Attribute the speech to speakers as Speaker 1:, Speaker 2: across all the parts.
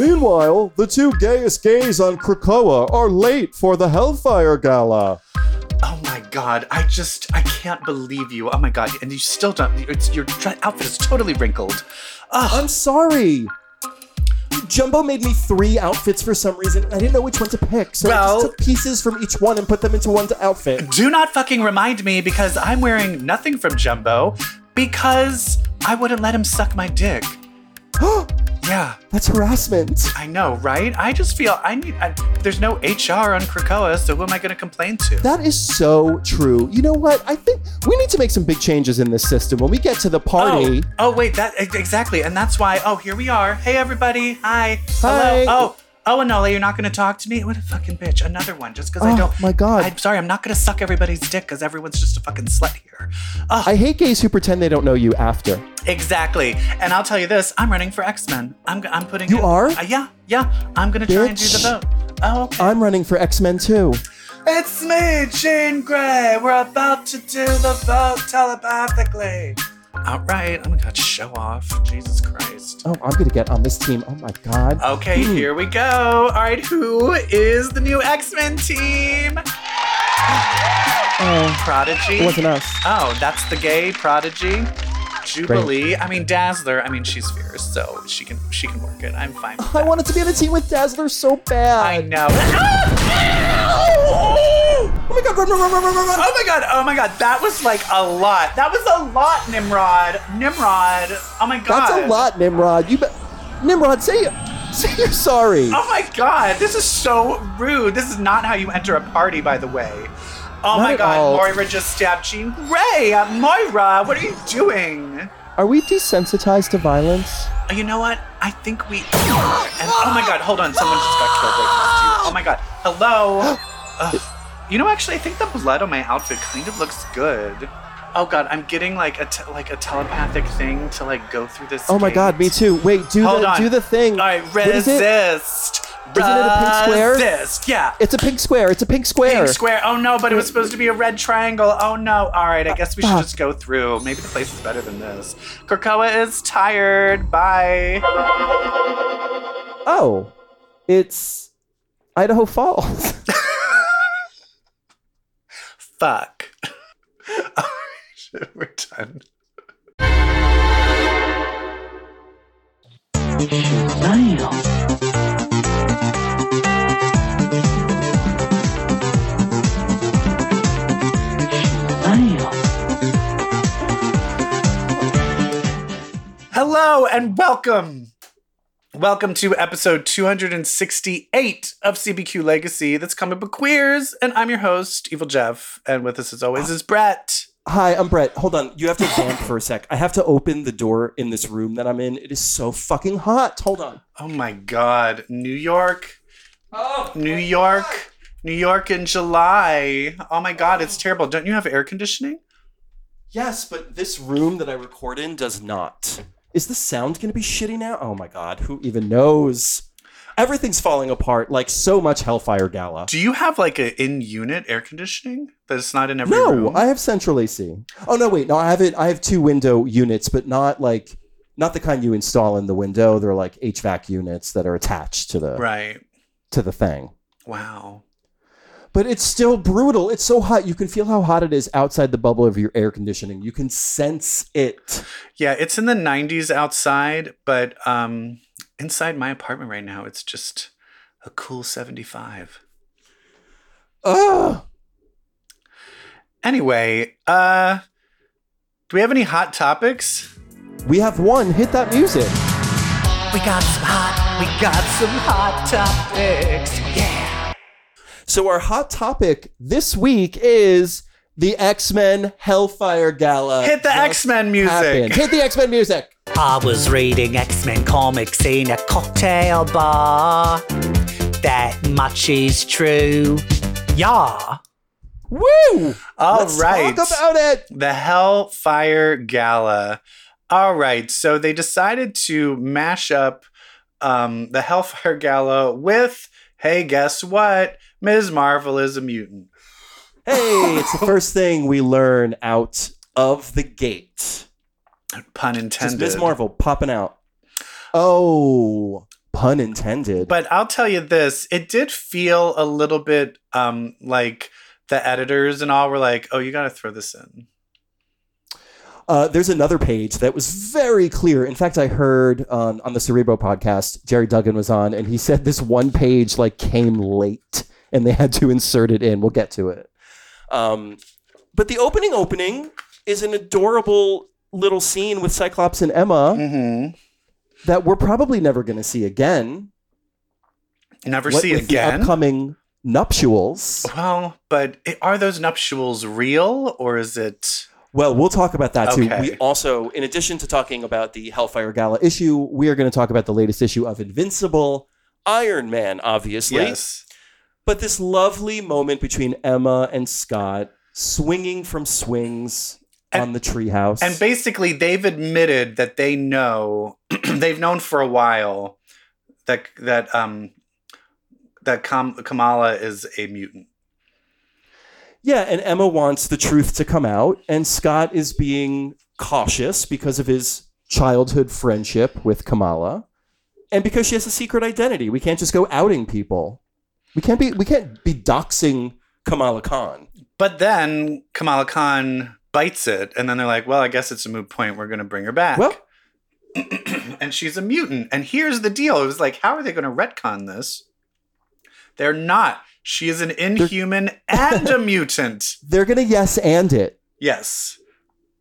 Speaker 1: Meanwhile, the two gayest gays on Krakoa are late for the Hellfire Gala.
Speaker 2: Oh my god, I just I can't believe you. Oh my god, and you still don't. It's your dre- outfit is totally wrinkled. Ugh.
Speaker 3: Ah, I'm sorry. Jumbo made me three outfits for some reason. and I didn't know which one to pick, so I
Speaker 2: Well-
Speaker 3: just took pieces from each one and put them into one outfit.
Speaker 2: Do not fucking remind me because I'm wearing nothing from Jumbo because I wouldn't let him suck my dick. yeah,
Speaker 3: That's harassment.
Speaker 2: I know, right? I just feel I need. I, there's no HR on Krakoa, so who am I going to complain to?
Speaker 3: That is so true. You know what? I think we need to make some big changes in this system. When we get to the
Speaker 2: Oh,
Speaker 3: party,
Speaker 2: oh, wait, that ex- exactly, and that's why. Oh, here we are. Hey, everybody. Hi.
Speaker 3: Hi.
Speaker 2: Hello. Oh, oh, Anola, you're not gonna talk to me. What a fucking bitch. Another one. Just because I
Speaker 3: Oh,
Speaker 2: don't.
Speaker 3: my God.
Speaker 2: I'm sorry. I'm not gonna suck everybody's dick because everyone's just a fucking slut here. Oh,
Speaker 3: I hate gays who pretend they don't know you after.
Speaker 2: exactly. And I'll tell you this. I'm running for X Men. I'm g- I'm putting.
Speaker 3: You
Speaker 2: in-
Speaker 3: are?
Speaker 2: Uh, yeah, yeah. I'm gonna try and do the
Speaker 3: Bitch.
Speaker 2: vote. Oh, okay.
Speaker 3: I'm running for X Men too.
Speaker 2: It's me, Jean Grey. We're about to do the vote telepathically. All right. Oh my God, show off. Jesus Christ.
Speaker 3: Oh, I'm gonna get on this team. Oh my god.
Speaker 2: Okay, here we go. All right, who is the new X Men team?
Speaker 3: Oh,
Speaker 2: Prodigy.
Speaker 3: it wasn't us.
Speaker 2: Oh, that's the gay Prodigy. Jubilee. I mean Dazzler. I mean she's fierce, so she can she can work it. I'm fine. With
Speaker 3: I
Speaker 2: that.
Speaker 3: wanted to be on the team with Dazzler so
Speaker 2: I
Speaker 3: bad.
Speaker 2: know. Oh
Speaker 3: Ah! Oh my god, run, run, run, run, run, run, run.
Speaker 2: my god! Oh my god! That was like a lot. That was a lot, Nimrod. Nimrod. Oh my god.
Speaker 3: That's a lot, Nimrod. You be- Nimrod, say say you're sorry.
Speaker 2: Oh my god, this is so rude. This is not how you enter a party, by the way. Oh my
Speaker 3: at
Speaker 2: god,
Speaker 3: all.
Speaker 2: Moira just stabbed Jean Grey. Uh, Moira, what are you doing?
Speaker 3: Are we desensitized to violence?
Speaker 2: Uh, You know what? I think we are. And, oh my god, hold on, someone just got killed right next to you. Oh my god, hello. Ugh. You know, actually, I think the blood on my outfit kind of looks good. Oh god, I'm getting like a te- like a telepathic thing to like go through this.
Speaker 3: Oh my god,
Speaker 2: gate.
Speaker 3: me too. Wait, do
Speaker 2: Hold
Speaker 3: the
Speaker 2: on.
Speaker 3: do the thing.
Speaker 2: All right,
Speaker 3: What is
Speaker 2: resist.
Speaker 3: it?
Speaker 2: Resist.
Speaker 3: Isn't it a pink square?
Speaker 2: Yeah.
Speaker 3: It's a pink square. It's a pink square.
Speaker 2: Pink square. Oh no, but it was supposed to be a red triangle. Oh no. All right, I guess we should
Speaker 3: Fuck.
Speaker 2: just go through. Maybe the place is better than this. Krakoa is tired. Bye.
Speaker 3: Oh, it's Idaho Falls.
Speaker 2: Fuck. All right, We're done. Hello and welcome. Welcome to episode 268 of CBQ Legacy. That's Comic Book Queers, and I'm your host, Evil Jeff. And with us, as always, is Brett.
Speaker 3: Hi, I'm Brett. Hold on. You have to vamp for a sec. I have to open the door in this room that I'm in. It is so fucking hot. Hold on.
Speaker 2: Oh my God, New York,
Speaker 3: Oh,
Speaker 2: New York, New York in July. Oh my God, it's terrible. Don't you have air conditioning?
Speaker 3: Yes, but this room that I record in does not. Is the sound going to be shitty now? Oh my god, who even knows? Everything's falling apart like so much Hellfire Gala.
Speaker 2: Do you have like a in-unit air conditioning that's not in every
Speaker 3: No,
Speaker 2: room?
Speaker 3: I have central AC. Oh no, wait, no, I have it. I have two window units, but not like not the kind you install in the window. They're like HVAC units that are attached to the
Speaker 2: right.
Speaker 3: to the thing.
Speaker 2: Wow.
Speaker 3: But it's still brutal. It's so hot. You can feel how hot it is outside the bubble of your air conditioning. You can sense it.
Speaker 2: Yeah, it's in the 90s outside, but um, inside my apartment right now, it's just a cool 75.
Speaker 3: Ugh.
Speaker 2: Anyway, uh, do we have any hot topics?
Speaker 3: We have one. Hit that music.
Speaker 2: We got some hot, we got some hot topics. Yeah.
Speaker 3: So our hot topic this week is the X Men Hellfire Gala.
Speaker 2: Hit the
Speaker 3: Just
Speaker 2: X-Men music.
Speaker 3: happened. Hit the X Men music.
Speaker 4: I was reading X Men comics in a cocktail bar. That much is true. Yeah.
Speaker 3: Woo!
Speaker 2: All
Speaker 3: Let's
Speaker 2: right.
Speaker 3: talk about it.
Speaker 2: the Hellfire Gala. All right. So they decided to mash up um, the Hellfire Gala with, hey, guess what? Ms. Marvel is a mutant.
Speaker 3: Hey, it's the first thing we learn out of the gate.
Speaker 2: Pun
Speaker 3: Just
Speaker 2: intended.
Speaker 3: Ms. Marvel popping out. Oh, pun intended.
Speaker 2: But I'll tell you this, it did feel a little bit um like the editors and all were like, "Oh, you got to throw this in."
Speaker 3: Uh, there's another page that was very clear. In fact, I heard um, on the Cerebro podcast, Jerry Duggan was on, and he said this one page like came late, and they had to insert it in. We'll get to it. Um, but the opening opening is an adorable little scene with Cyclops and Emma
Speaker 2: Mm-hmm.
Speaker 3: that we're probably never going to see again.
Speaker 2: Never
Speaker 3: What
Speaker 2: see it
Speaker 3: with the
Speaker 2: again.
Speaker 3: upcoming nuptials.
Speaker 2: well, but i are those nuptials real or is it?
Speaker 3: Well, we'll talk about that too.
Speaker 2: Okay.
Speaker 3: We also, in addition to talking about the Hellfire Gala issue, we are going to talk about the latest issue of Invincible Iron Man, obviously.
Speaker 2: Yes.
Speaker 3: But this lovely moment between Emma and Scott swinging from swings
Speaker 2: And-
Speaker 3: on the treehouse.
Speaker 2: And basically, they've admitted that they know they've known for a while that that um that Kam- Kamala is a mutant.
Speaker 3: yeah, and Emma wants the truth to come out, and Scott is being cautious because of his childhood friendship with Kamala. And because she has a secret identity. We can't just go outing people. We can't be we can't be doxing Kamala Khan.
Speaker 2: But then Kamala Khan bites it, and then they're like, "Well, I guess it's a moot point. We're going to bring her back."
Speaker 3: Well-
Speaker 2: and she's a mutant. And here's the deal: it was like, how are they going to retcon this? They're not. She is an inhuman and a mutant.
Speaker 3: They're gonna yes and it.
Speaker 2: Yes.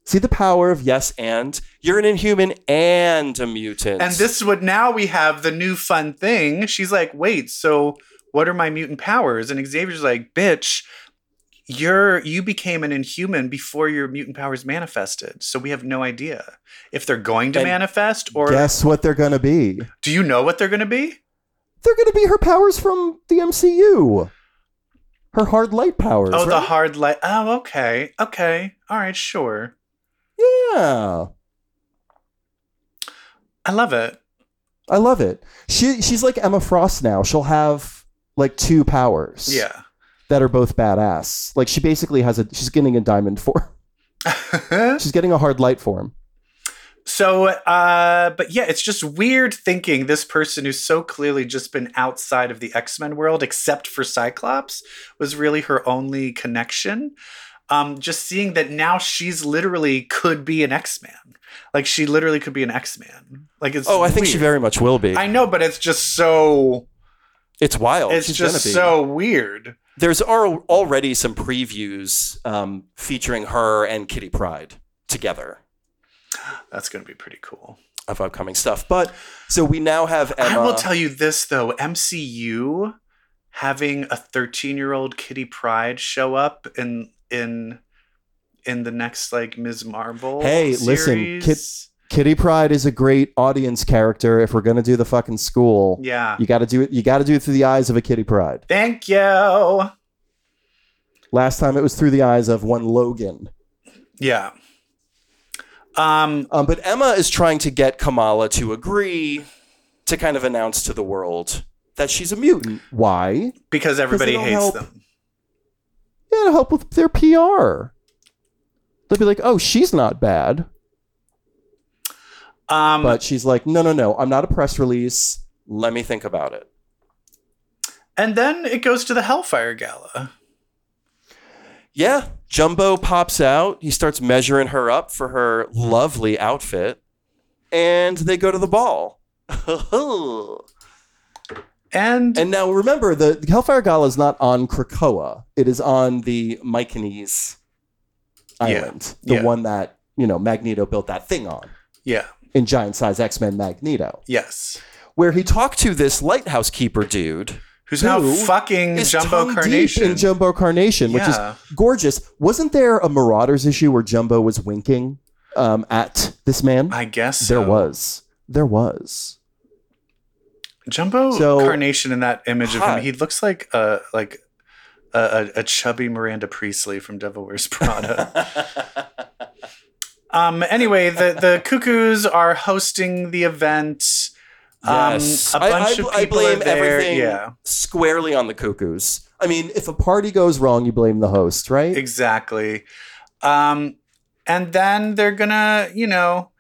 Speaker 3: See the power of yes and you're an inhuman and a mutant.
Speaker 2: And this is what now we have the new fun thing. She's like, wait, so what are my mutant powers? And Xavier's like, bitch, you're you became an inhuman before your mutant powers manifested. So we have no idea if they're going to
Speaker 3: And
Speaker 2: manifest or
Speaker 1: Guess what they're gonna be?
Speaker 2: do you know what they're gonna be?
Speaker 3: they're gonna be her powers from the MCU. Her hard light powers.
Speaker 2: oh, the
Speaker 3: right?
Speaker 2: hard light. Oh, okay. Okay. All right, sure.
Speaker 3: Yeah.
Speaker 2: I love it.
Speaker 3: I love it. She she's like Emma Frost now. She'll have like two powers.
Speaker 2: Yeah.
Speaker 3: That are both badass. Like she basically has a she's getting a diamond form. She's getting a hard light form.
Speaker 2: So, uh, but yeah, it's just weird thinking this person who's so clearly just been outside of the X Men world, except for Cyclops, was really her only connection. Um, just seeing that now she's literally could be an X Man, like she literally could be an X Man. Like it's
Speaker 3: Oh,
Speaker 2: weird.
Speaker 3: much will be.
Speaker 2: I know, but it's just so.
Speaker 3: it's wild.
Speaker 2: It's just so weird.
Speaker 3: there's al- already some previews um, featuring her and Kitty Pride together
Speaker 2: That's gonna be pretty cool.
Speaker 3: of upcoming stuff. But so we now have Emma.
Speaker 2: I will tell you this though, MCU having a 13 year old Kitty Pride show up in in in the next like Ms. Marvel.
Speaker 3: Hey, listen,
Speaker 2: series.
Speaker 1: Kitty Pride is a great audience character. If we're gonna do the fucking school,
Speaker 2: Yeah.
Speaker 1: you gotta do it. You gotta do it through the eyes of a Kitty Pride.
Speaker 2: Thank you.
Speaker 1: Last time it was through the eyes of one Logan.
Speaker 2: Yeah. Um.
Speaker 3: Um, but Emma is trying to get Kamala to agree to kind of announce to the world that she's a mutant.
Speaker 1: Why?
Speaker 2: Because everybody
Speaker 3: don't
Speaker 2: hates
Speaker 3: help.
Speaker 2: them.
Speaker 1: Yeah, it'll help with their PR. They'll be like, "Oh, she's not bad,"
Speaker 2: Um.
Speaker 1: but she's like, "No, no, no, I'm not a press release."
Speaker 3: Let me think about it.
Speaker 2: and then it goes to the Hellfire Gala.
Speaker 3: Yeah, Jumbo pops out. He starts measuring her up for her lovely outfit, and they go to the ball.
Speaker 2: And,
Speaker 3: And now remember, the Hellfire Gala is not on Krakoa. It is on the Mykonese
Speaker 2: Yeah.
Speaker 3: island, the
Speaker 2: Yeah.
Speaker 3: one that you know Magneto built that thing on
Speaker 2: yeah.
Speaker 3: in giant size X Men Magneto,
Speaker 2: Yes.
Speaker 3: where he talked to this lighthouse keeper dude.
Speaker 2: Who's now
Speaker 3: Who
Speaker 2: fucking
Speaker 3: is
Speaker 2: Jumbo
Speaker 3: tongue deep
Speaker 2: Carnation?
Speaker 1: In Jumbo Carnation, which is
Speaker 2: Yeah.
Speaker 1: gorgeous. Wasn't there a Marauders issue where Jumbo was winking um, at this man?
Speaker 2: I guess
Speaker 1: there
Speaker 2: so.
Speaker 1: was. There was.
Speaker 2: Jumbo
Speaker 1: So-
Speaker 2: Carnation in that image of
Speaker 3: Hot.
Speaker 2: him, he looks like a like a, a, a chubby Miranda Priestley from Devil Wears Prada. um. Anyway, the the Cuckoos are hosting the event. Um, a
Speaker 3: I-
Speaker 2: bunch
Speaker 3: I,
Speaker 2: of
Speaker 3: I
Speaker 2: people
Speaker 3: blame
Speaker 2: are there.
Speaker 3: everything
Speaker 2: Yeah,
Speaker 3: squarely on the cuckoos.
Speaker 1: I mean, if a party goes wrong, you blame the host, right?
Speaker 2: exactly. Um, and then they're gonna, you know,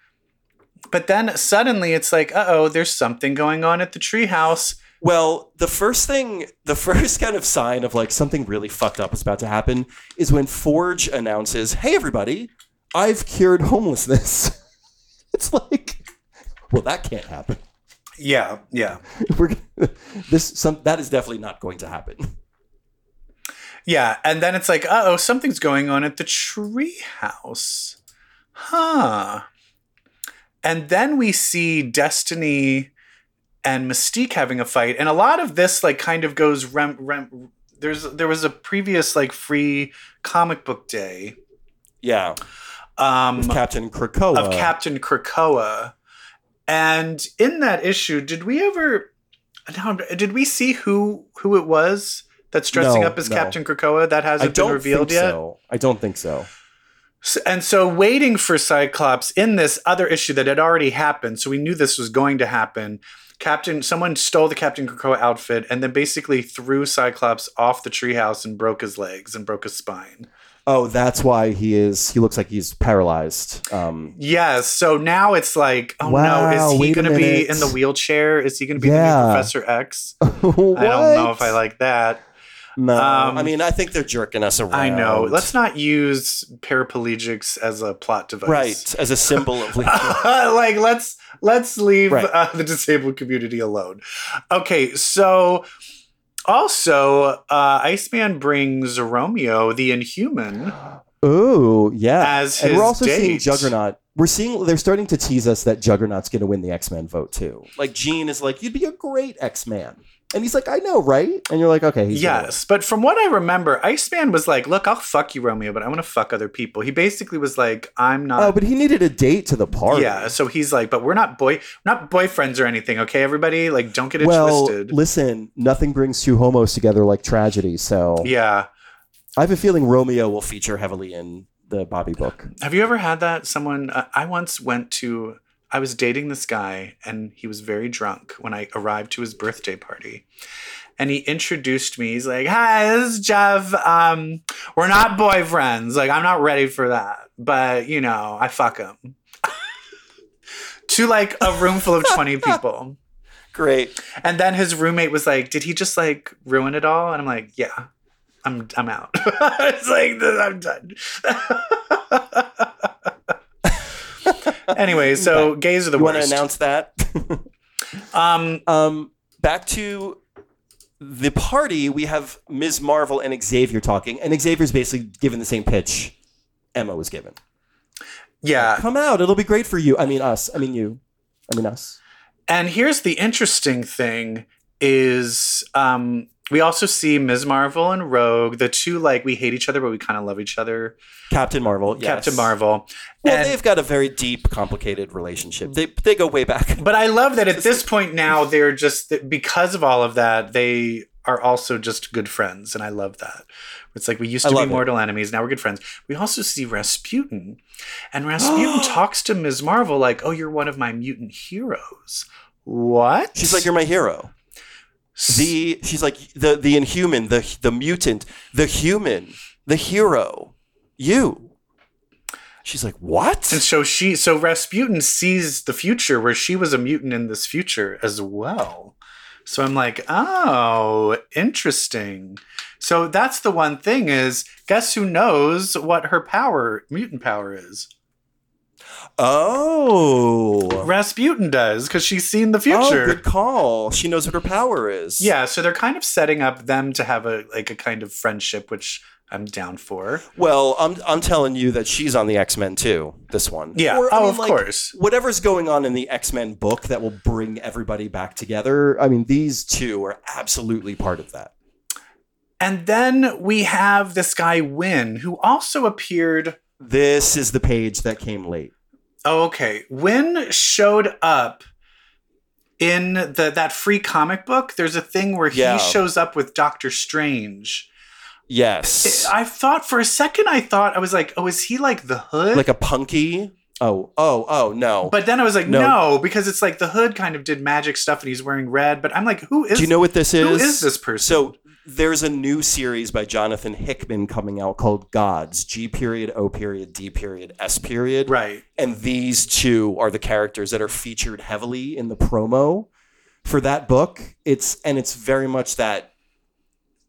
Speaker 2: But then suddenly it's like, uh oh, there's something going on at the treehouse.
Speaker 3: Well, the first thing, the first kind of sign of like something really fucked up is about to happen is when Forge announces, "Hey, everybody, I've cured homelessness." it's like, well, that can't happen.
Speaker 2: Yeah, yeah.
Speaker 3: We're gonna- this some that is definitely not going to happen.
Speaker 2: Yeah, and then it's like, uh oh, something's going on at the treehouse. Huh. And then we see Destiny and Mystique having a fight, and a lot of this like kind of goes rem rem. There's there was a previous like free comic book day
Speaker 3: Yeah,
Speaker 2: um,
Speaker 3: with Captain Krakoa.
Speaker 2: of Captain Krakoa, and in that issue, did we ever? now I'm- Did we see who who it was that's dressing
Speaker 3: No,
Speaker 2: up as
Speaker 3: no.
Speaker 2: Captain Krakoa? That
Speaker 3: I
Speaker 2: hasn't
Speaker 3: don't
Speaker 2: been revealed
Speaker 3: think
Speaker 2: yet.
Speaker 3: so. I don't think so.
Speaker 2: S- And so, waiting for Cyclops in this other issue that had already happened, so we knew this was going to happen. Captain, someone stole the Captain Krakoa outfit and then basically threw Cyclops off the treehouse and broke his legs and broke his spine.
Speaker 3: Oh, that's why he is. He looks like he's paralyzed. Um,
Speaker 2: Yes, so now it's like, oh
Speaker 3: Wow,
Speaker 2: no, is he
Speaker 3: wait a
Speaker 2: going to be
Speaker 3: minute.
Speaker 2: in the wheelchair? Is he going to be the
Speaker 3: Yeah.
Speaker 2: new Professor X?
Speaker 3: what?
Speaker 2: I don't know if I like that.
Speaker 3: No,
Speaker 2: um,
Speaker 3: I mean I think they're jerking us around.
Speaker 2: I know. Let's not use paraplegics as a plot device.
Speaker 3: right as a symbol of.
Speaker 2: like let's let's leave
Speaker 3: Right.
Speaker 2: uh, the disabled community alone. Okay, so also uh, Iceman brings Romeo the Inhuman.
Speaker 3: Ooh, yeah.
Speaker 2: As
Speaker 3: Ah, and
Speaker 2: his
Speaker 3: we're also seeing
Speaker 2: date.
Speaker 3: Juggernaut. We're seeing they're starting to tease us that Juggernaut's going to win the X Men vote too. Like Jean is like, "You'd be a great X Man," and he's like, "I know, right?" And you're like, "Okay, he's gonna
Speaker 2: yes, but from what I remember, Iceman was like, "Look, I'll fuck you, Romeo, but I want to fuck other people." He basically was like, "I'm
Speaker 3: win." Oh,
Speaker 2: not."
Speaker 3: but he needed a date to the party.
Speaker 2: yeah, so he's like, "But we're not boy, not boyfriends or anything, okay, everybody? Like, don't get it
Speaker 3: Well,
Speaker 2: twisted."
Speaker 3: listen, nothing brings two homos together like tragedy. So
Speaker 2: yeah.
Speaker 3: I have a feeling Romeo will feature heavily in the Bobby book.
Speaker 2: Have you ever had that? Someone, uh, I once went to, I was dating this guy and he was very drunk when I arrived to his birthday party. And he introduced me. He's like, Hi, this is Jeff. Um, we're not boyfriends. Like, I'm not ready for that. But, you know, I fuck him. to like a room full of 20 people.
Speaker 3: Great.
Speaker 2: And then his roommate was like, Did he just like ruin it all? And I'm like, Yeah, I'm, I'm out. it's like, I'm done. anyway, so gays are the
Speaker 3: You want to
Speaker 2: worst.
Speaker 3: announce that?
Speaker 2: um,
Speaker 3: Um, back to the party, we have Ms. Marvel and Xavier talking, and Xavier's basically given the same pitch Emma was given.
Speaker 2: yeah.
Speaker 3: Come out, it'll be great for you. I mean us. I mean you. I mean us.
Speaker 2: And here's the interesting thing is um, we also see Ms. Marvel and Rogue, the two like we hate each other but we kind of love each other.
Speaker 3: Captain Marvel. Yes.
Speaker 2: Captain Marvel.
Speaker 3: Well,
Speaker 2: And-
Speaker 3: they've got a very deep, complicated relationship. They they go way back.
Speaker 2: But I love that at this point now they're just because of all of that they are also just good friends, and I love that. It's like we used
Speaker 3: I
Speaker 2: to be
Speaker 3: love it.
Speaker 2: mortal enemies, now we're good friends. We also see Rasputin, and Rasputin talks to Ms. Marvel like, "Oh, you're one of my mutant heroes." What?
Speaker 3: She's like, You're my hero. The she's like the the inhuman, the the mutant, the human, the hero. You. She's like, What?
Speaker 2: and so she, so Rasputin sees the future where she was a mutant in this future as well. So I'm like, oh, interesting. So that's the one thing is, guess who knows what her power, mutant power is?
Speaker 3: Oh.
Speaker 2: Rasputin does because she's seen the
Speaker 3: Oh,
Speaker 2: future.
Speaker 3: good call. She knows what her power is.
Speaker 2: yeah, so they're kind of setting up them to have a like a kind of friendship, which I'm down for.
Speaker 3: Well, I'm I'm telling you that she's on the X Men too. This one.
Speaker 2: Yeah.
Speaker 3: I
Speaker 2: Oh, of course.
Speaker 3: Whatever's going on in the X Men book that will bring everybody back together. I mean, these two are absolutely part of that.
Speaker 2: And then we have this guy Win, who also appeared.
Speaker 3: This is the page that came late.
Speaker 2: Oh, okay. Win showed up in the that free comic book. There's a thing where
Speaker 3: Yeah.
Speaker 2: he shows up with Doctor Strange.
Speaker 3: Yes.
Speaker 2: I thought for a second, I thought I was like, oh, is he like the Hood?
Speaker 3: like a punky. Oh, oh, oh no.
Speaker 2: But then I was like,
Speaker 3: No.
Speaker 2: no. because it's like the hood kind of did magic stuff and he's wearing red. But I'm like, who is
Speaker 3: do you know what this is?
Speaker 2: who is this person?
Speaker 3: So there's a new series by Jonathan Hickman coming out called Gods, G period, O period, D period, S period.
Speaker 2: Right.
Speaker 3: And these two are the characters that are featured heavily in the promo for that book. It's and it's very much that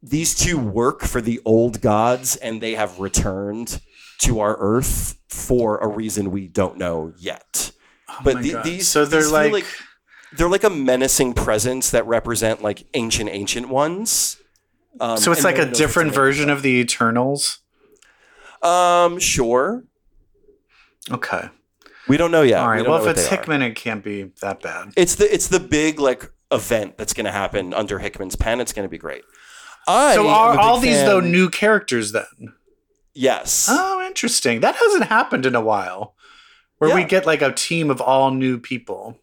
Speaker 3: these two work for the old gods and they have returned to our earth for a reason we don't know yet.
Speaker 2: Oh
Speaker 3: But
Speaker 2: my
Speaker 3: the-
Speaker 2: God.
Speaker 3: these-
Speaker 2: so they're
Speaker 3: these feel
Speaker 2: like,
Speaker 3: like- They're like a menacing presence that represent like ancient ancient ones. Um,
Speaker 2: so it's
Speaker 3: and
Speaker 2: like
Speaker 3: no
Speaker 2: a
Speaker 3: one knows
Speaker 2: different
Speaker 3: what's in it.
Speaker 2: version of the Eternals.
Speaker 3: Um, sure.
Speaker 2: Okay.
Speaker 3: We don't know yet.
Speaker 2: All
Speaker 3: We
Speaker 2: right.
Speaker 3: don't
Speaker 2: Well,
Speaker 3: know
Speaker 2: if
Speaker 3: what
Speaker 2: it's
Speaker 3: they are.
Speaker 2: Hickman, it can't be that bad.
Speaker 3: it's the it's the big like event that's going to happen under Hickman's pen. It's going to be great. I
Speaker 2: so
Speaker 3: am a
Speaker 2: are
Speaker 3: big
Speaker 2: all these
Speaker 3: fan-
Speaker 2: though new characters then?
Speaker 3: Yes.
Speaker 2: Oh, interesting. That hasn't happened in a while. Where we
Speaker 3: Yeah.
Speaker 2: get like a team of all new people.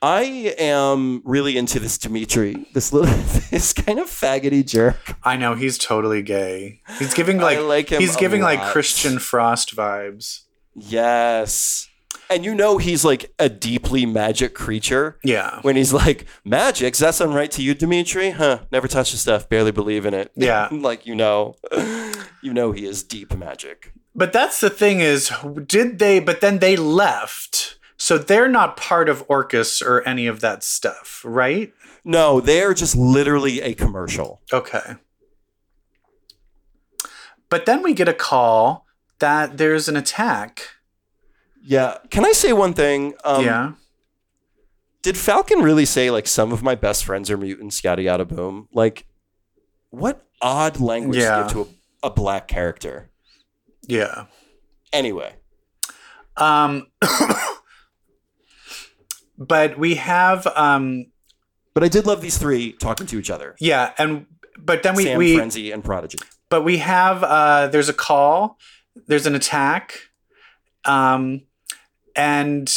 Speaker 3: I am really into this Dimitri, this little, this kind of faggoty jerk.
Speaker 2: I know he's totally gay. He's giving
Speaker 3: I
Speaker 2: like,
Speaker 3: like him
Speaker 2: he's
Speaker 3: a
Speaker 2: giving like
Speaker 3: lot.
Speaker 2: Christian Frost vibes.
Speaker 3: Yes. And you know he's like a deeply magic creature.
Speaker 2: Yeah.
Speaker 3: When he's like, magic, does that sound right to you, Dimitri? Huh, never touch the stuff, barely believe in it.
Speaker 2: Yeah.
Speaker 3: like, you know, you know he is deep magic.
Speaker 2: But that's the thing is, did they? But then they left, so they're not part of Orcus or any of that stuff, right?
Speaker 3: No, they're just literally a commercial.
Speaker 2: Okay. But then we get a call that there's an attack.
Speaker 3: Yeah. Can I say one thing? Um,
Speaker 2: yeah.
Speaker 3: Did Falcon really say, like, some of my best friends are mutants, yada, yada, boom? Like, what odd language
Speaker 2: Yeah.
Speaker 3: to give to a, a black character?
Speaker 2: Yeah.
Speaker 3: Anyway.
Speaker 2: Um. but we have um.
Speaker 3: But I did love these three talking to each other
Speaker 2: Yeah, and but then we
Speaker 3: Sam,
Speaker 2: we
Speaker 3: Frenzy, and Prodigy.
Speaker 2: but we have uh there's a call there's an attack um and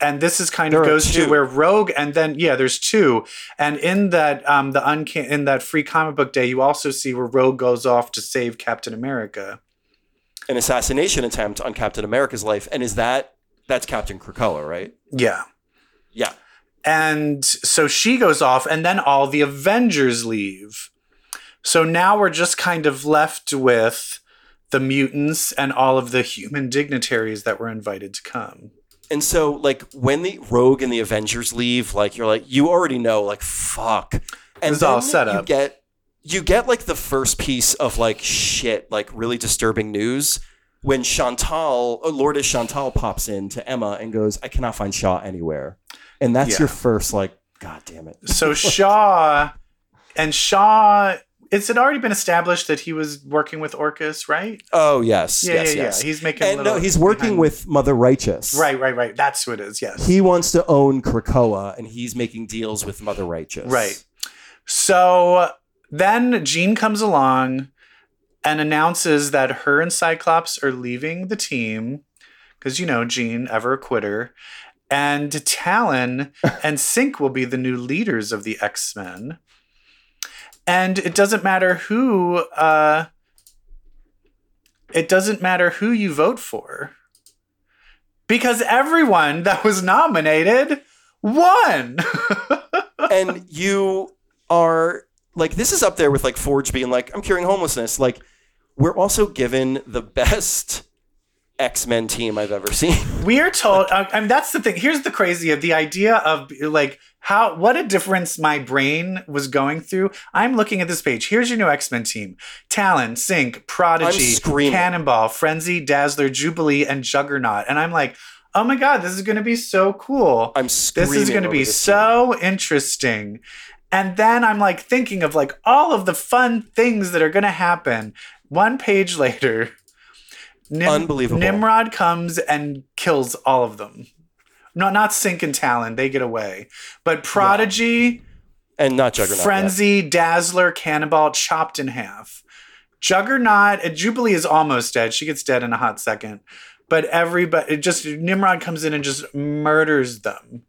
Speaker 2: and this is kind of
Speaker 3: There are
Speaker 2: goes to
Speaker 3: two.
Speaker 2: where rogue and then yeah there's two and in that um the uncan- in that free comic book day you also see where rogue goes off to save captain america
Speaker 3: An assassination attempt on Captain America's life. And is that, that's Captain Krakoa, right?
Speaker 2: yeah
Speaker 3: Yeah.
Speaker 2: And so she goes off, and then all the Avengers leave. So now we're just kind of left with the mutants and all of the human dignitaries that were invited to come.
Speaker 3: And so, like, when the Rogue and the Avengers leave, like, you're like, you already know, like, fuck. And
Speaker 2: It's all
Speaker 3: then
Speaker 2: set
Speaker 3: You
Speaker 2: up.
Speaker 3: get, you get like the first piece of like shit, like really disturbing news when Chantal, oh, Lourdes Chantal, pops in to Emma and goes, "I cannot find Shaw anywhere," and that's
Speaker 2: Yeah.
Speaker 3: your first like, god damn it.
Speaker 2: So Shaw and Shaw, it's had already been established that he was working with Orcus, right?
Speaker 3: Oh yes,
Speaker 2: Yeah,
Speaker 3: yes,
Speaker 2: yeah,
Speaker 3: yes.
Speaker 2: yeah. He's making.
Speaker 3: and no,
Speaker 2: little
Speaker 3: he's working
Speaker 2: behind-
Speaker 3: with Mother Righteous.
Speaker 2: Right, right, right. That's who it is. Yes.
Speaker 3: He wants to own Krakoa, and he's making deals with Mother Righteous.
Speaker 2: Right. So then Jean comes along and announces that her and Cyclops are leaving the team because you know Jean, ever a quitter, and Talon and Sync will be the new leaders of the X Men. And it doesn't matter who. Uh, it doesn't matter who you vote for. Because everyone that was nominated won.
Speaker 3: and you are like this is up there with like Forge being like I'm curing homelessness. Like we're also given the best X Men team I've ever seen.
Speaker 2: We are told, I I mean, that's the thing. Here's the crazy of the idea of like how, what a difference my brain was going through. I'm looking at this page. Here's your new X Men team Talon, Sync,
Speaker 3: I'm
Speaker 2: Prodigy,
Speaker 3: screaming.
Speaker 2: Cannonball, Frenzy, Dazzler, Jubilee, and Juggernaut. And I'm like, oh my God, this is going to be so cool.
Speaker 3: I'm screaming.
Speaker 2: this is going to
Speaker 3: over
Speaker 2: be
Speaker 3: this team.
Speaker 2: so interesting. And then I'm like thinking of like all of the fun things that are going to happen. One page later, Nim-
Speaker 3: Unbelievable.
Speaker 2: Nimrod comes and kills all of them. No, not Sink and Talon. They get away. But Prodigy,
Speaker 3: and not Juggernaut. yet.
Speaker 2: Frenzy, Dazzler, Cannonball chopped in half. Juggernaut, uh, Jubilee is almost dead. She gets dead in a hot second. But everybody, it just Nimrod comes in and just murders them.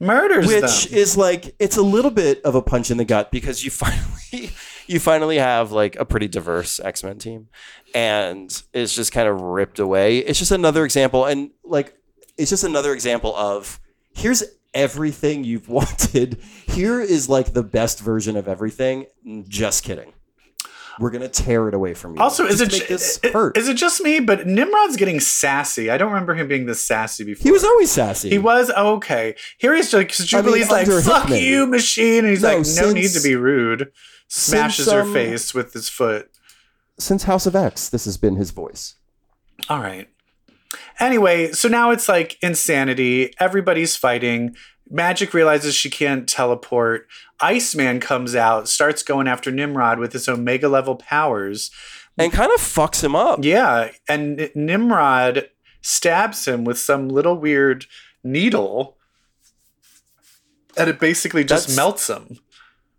Speaker 2: Murders
Speaker 3: which
Speaker 2: them.
Speaker 3: is like it's a little bit of a punch in the gut because you finally you finally have like a pretty diverse x-men team and it's just kind of ripped away it's just another example and like it's just another example of here's everything you've wanted. Here is like the best version of everything. Just kidding. We're gonna tear it away from you.
Speaker 2: Also, is
Speaker 3: Just
Speaker 2: it,
Speaker 3: make
Speaker 2: ju-
Speaker 3: this
Speaker 2: i-
Speaker 3: hurt?
Speaker 2: is it just me? But Nimrod's getting sassy. I don't remember him being this sassy before.
Speaker 3: he was always sassy.
Speaker 2: He was oh, okay. Here he's like 'cause
Speaker 3: I mean,
Speaker 2: Jubilee's like,
Speaker 3: under
Speaker 2: "Fuck
Speaker 3: Hickman.
Speaker 2: you, machine," and he's
Speaker 3: No,
Speaker 2: like, "No
Speaker 3: since-
Speaker 2: need to be rude." Smashes
Speaker 3: since,
Speaker 2: her
Speaker 3: um,
Speaker 2: face with his foot.
Speaker 3: Since House of X, this has been his voice.
Speaker 2: All right. Anyway, so now it's like insanity. Everybody's fighting. Magic realizes she can't teleport. Iceman comes out, starts going after Nimrod with his Omega level powers.
Speaker 3: And kind of fucks him up.
Speaker 2: Yeah, and N- Nimrod stabs him with some little weird needle, and it basically just
Speaker 3: That's-
Speaker 2: melts him.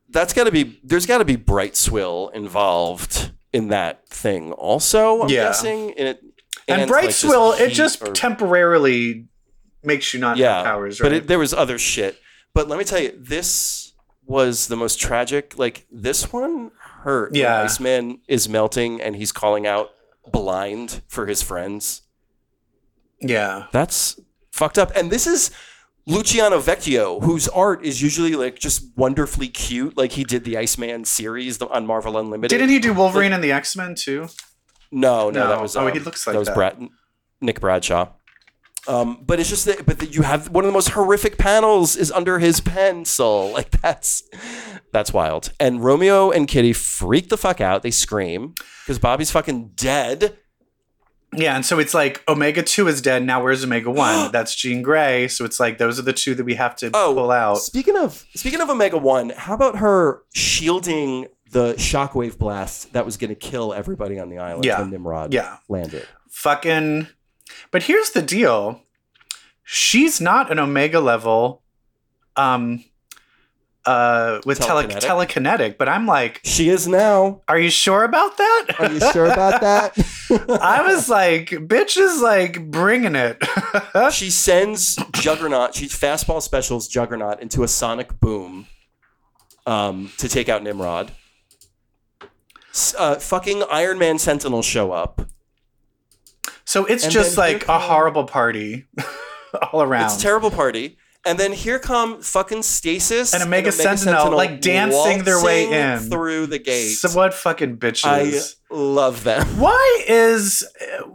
Speaker 3: That's gotta be there's gotta be Bright Swill involved in that thing also, I'm
Speaker 2: Yeah.
Speaker 3: guessing. And, it,
Speaker 2: And,
Speaker 3: it's,
Speaker 2: Bright
Speaker 3: like, this
Speaker 2: Swill, it
Speaker 3: heat
Speaker 2: just
Speaker 3: or-
Speaker 2: temporarily makes you not
Speaker 3: yeah,
Speaker 2: have powers, right?
Speaker 3: but it, there was other shit. But let me tell you, this was the most tragic. Like this one hurt. when
Speaker 2: Yeah.
Speaker 3: Iceman is melting and he's calling out blind for his friends.
Speaker 2: yeah.
Speaker 3: That's fucked up. And this is Luciano Vecchio, whose art is usually like just wonderfully cute. Like he did the Iceman series on Marvel Unlimited.
Speaker 2: Didn't he do Wolverine and the X Men too?
Speaker 3: No, no,
Speaker 2: No.
Speaker 3: that was
Speaker 2: Oh,
Speaker 3: um,
Speaker 2: he looks like
Speaker 3: that was
Speaker 2: that.
Speaker 3: Brad, Nick Bradshaw. Um, but it's just that, but that you have one of the most horrific panels is under his pencil. Like that's that's wild. And Romeo and Kitty freak the fuck out. They scream because Bobby's fucking dead.
Speaker 2: Yeah, and so it's like Omega 2 is dead. Now where's Omega 1? That's Jean Grey. So it's like those are the two that we have to
Speaker 3: Oh,
Speaker 2: pull out.
Speaker 3: Speaking of speaking of Omega One, how about her shielding the shockwave blast that was going to kill everybody on the island
Speaker 2: Yeah.
Speaker 3: when Nimrod
Speaker 2: Yeah.
Speaker 3: landed?
Speaker 2: Fucking. But here's the deal she's not an Omega level um, uh, with tele-
Speaker 3: Telekinetic?
Speaker 2: telekinetic, but I'm like,
Speaker 3: She is now.
Speaker 2: are you sure about that?
Speaker 3: Are you sure about that?
Speaker 2: I was like, bitch is like bringing it.
Speaker 3: she sends Juggernaut, she fastball specials Juggernaut into a sonic boom um, to take out Nimrod. S- uh, fucking Iron Man Sentinels show up.
Speaker 2: so it's
Speaker 3: And
Speaker 2: just
Speaker 3: then here
Speaker 2: like a
Speaker 3: come-
Speaker 2: horrible party all around.
Speaker 3: It's a terrible party. And then here come fucking Stasis
Speaker 2: And Omega Sentinel, like, dancing their way
Speaker 3: waltzing
Speaker 2: in.
Speaker 3: through the gate.
Speaker 2: So what fucking
Speaker 3: I
Speaker 2: bitches?
Speaker 3: love them.
Speaker 2: why is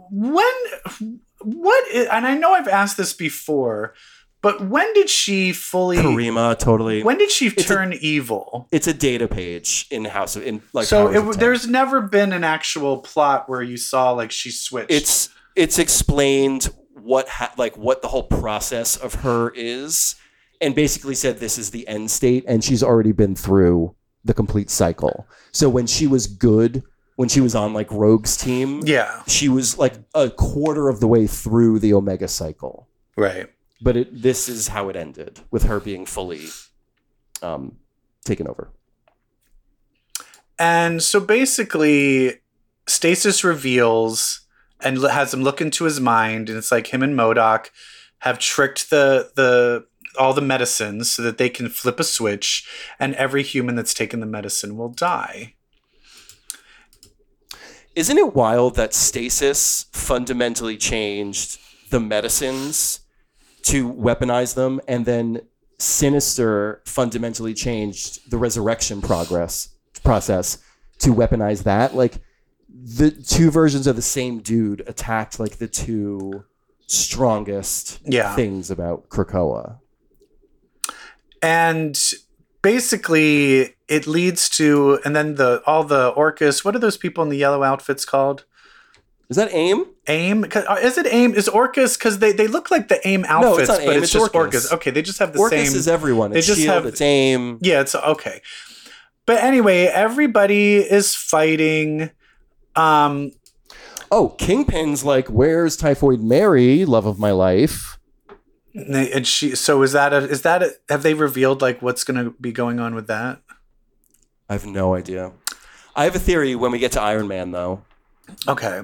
Speaker 2: when what is, and i know i've asked this before but when did she fully
Speaker 3: Karima, totally.
Speaker 2: when did she
Speaker 3: a-
Speaker 2: turn evil
Speaker 3: it's a data page in House of in like.
Speaker 2: so
Speaker 3: Powers
Speaker 2: it,
Speaker 3: of
Speaker 2: w-
Speaker 3: Ten.
Speaker 2: there's never been an actual plot where you saw like she switched
Speaker 3: it's it's explained what ha- like what the whole process of her is and basically said this is the end state and she's already been through the complete cycle so when she was good when she was on like rogue's team
Speaker 2: yeah
Speaker 3: she was like a quarter of the way through the omega cycle
Speaker 2: right
Speaker 3: but it, this is how it ended with her being fully um, taken over
Speaker 2: and so basically stasis reveals and l- has him look into his mind and it's like him and modoc have tricked the the all the medicines so that they can flip a switch and every human that's taken the medicine will die
Speaker 3: isn't it wild that stasis fundamentally changed the medicines to weaponize them and then sinister fundamentally changed the resurrection progress process to weaponize that like the two versions of the same dude attacked like the two strongest
Speaker 2: Yeah.
Speaker 3: things about Krakoa.
Speaker 2: and basically it leads to and then the all the orcus what are those people in the yellow outfits called
Speaker 3: Is that aim?
Speaker 2: aim 'Cause- uh, is it aim is orcus because they, they look like the aim
Speaker 3: No,
Speaker 2: outfits
Speaker 3: it's not
Speaker 2: but
Speaker 3: AIM,
Speaker 2: it's,
Speaker 3: it's
Speaker 2: just orcus.
Speaker 3: Orcus.
Speaker 2: okay they just have the
Speaker 3: Orcus
Speaker 2: same
Speaker 3: is everyone.
Speaker 2: they
Speaker 3: It's
Speaker 2: just
Speaker 3: shield,
Speaker 2: have-
Speaker 3: E it's aim.
Speaker 2: Yeah, it's okay. But anyway, everybody is fighting. Um,
Speaker 3: Oh, Kingpin's like, where's Typhoid Mary, love of my life?
Speaker 2: and she. So is that a, is that a, have they revealed like what's going to be going on with that?
Speaker 3: I have no idea. I have a theory when we get to Iron Man, though.
Speaker 2: Okay.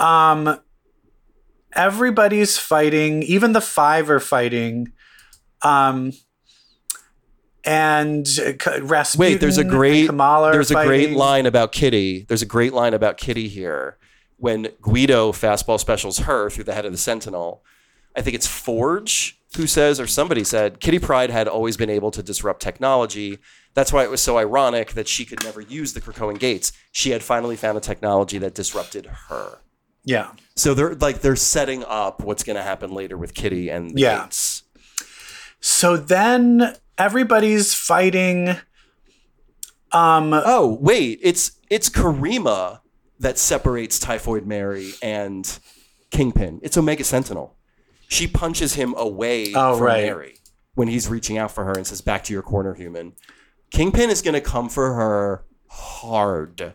Speaker 2: Um, everybody's fighting. Even the five are fighting. Um, and uh, K- Rasputin.
Speaker 3: Wait, there's a
Speaker 2: and
Speaker 3: great-
Speaker 2: Kamala. are
Speaker 3: There's a great
Speaker 2: fighting.
Speaker 3: line about Kitty. There's a great line about Kitty here when Guido fastball specials her through the head of the Sentinel. I think it's Forge
Speaker 5: who says, or somebody said, Kitty Pride had always been able to disrupt technology. That's why it was so ironic that she could never use the Krakoan gates. She had finally found a technology that disrupted her.
Speaker 2: Yeah.
Speaker 5: So they're like they're setting up what's going to happen later with Kitty and the
Speaker 2: Yeah.
Speaker 5: gates.
Speaker 2: So then everybody's fighting. Um,
Speaker 5: Oh wait, it's it's Karima that separates Typhoid Mary and Kingpin. It's Omega Sentinel. She punches him away
Speaker 2: Oh,
Speaker 5: from
Speaker 2: right.
Speaker 5: Mary when he's reaching out for her and says, "Back to your corner, human." Kingpin is going to come for her hard.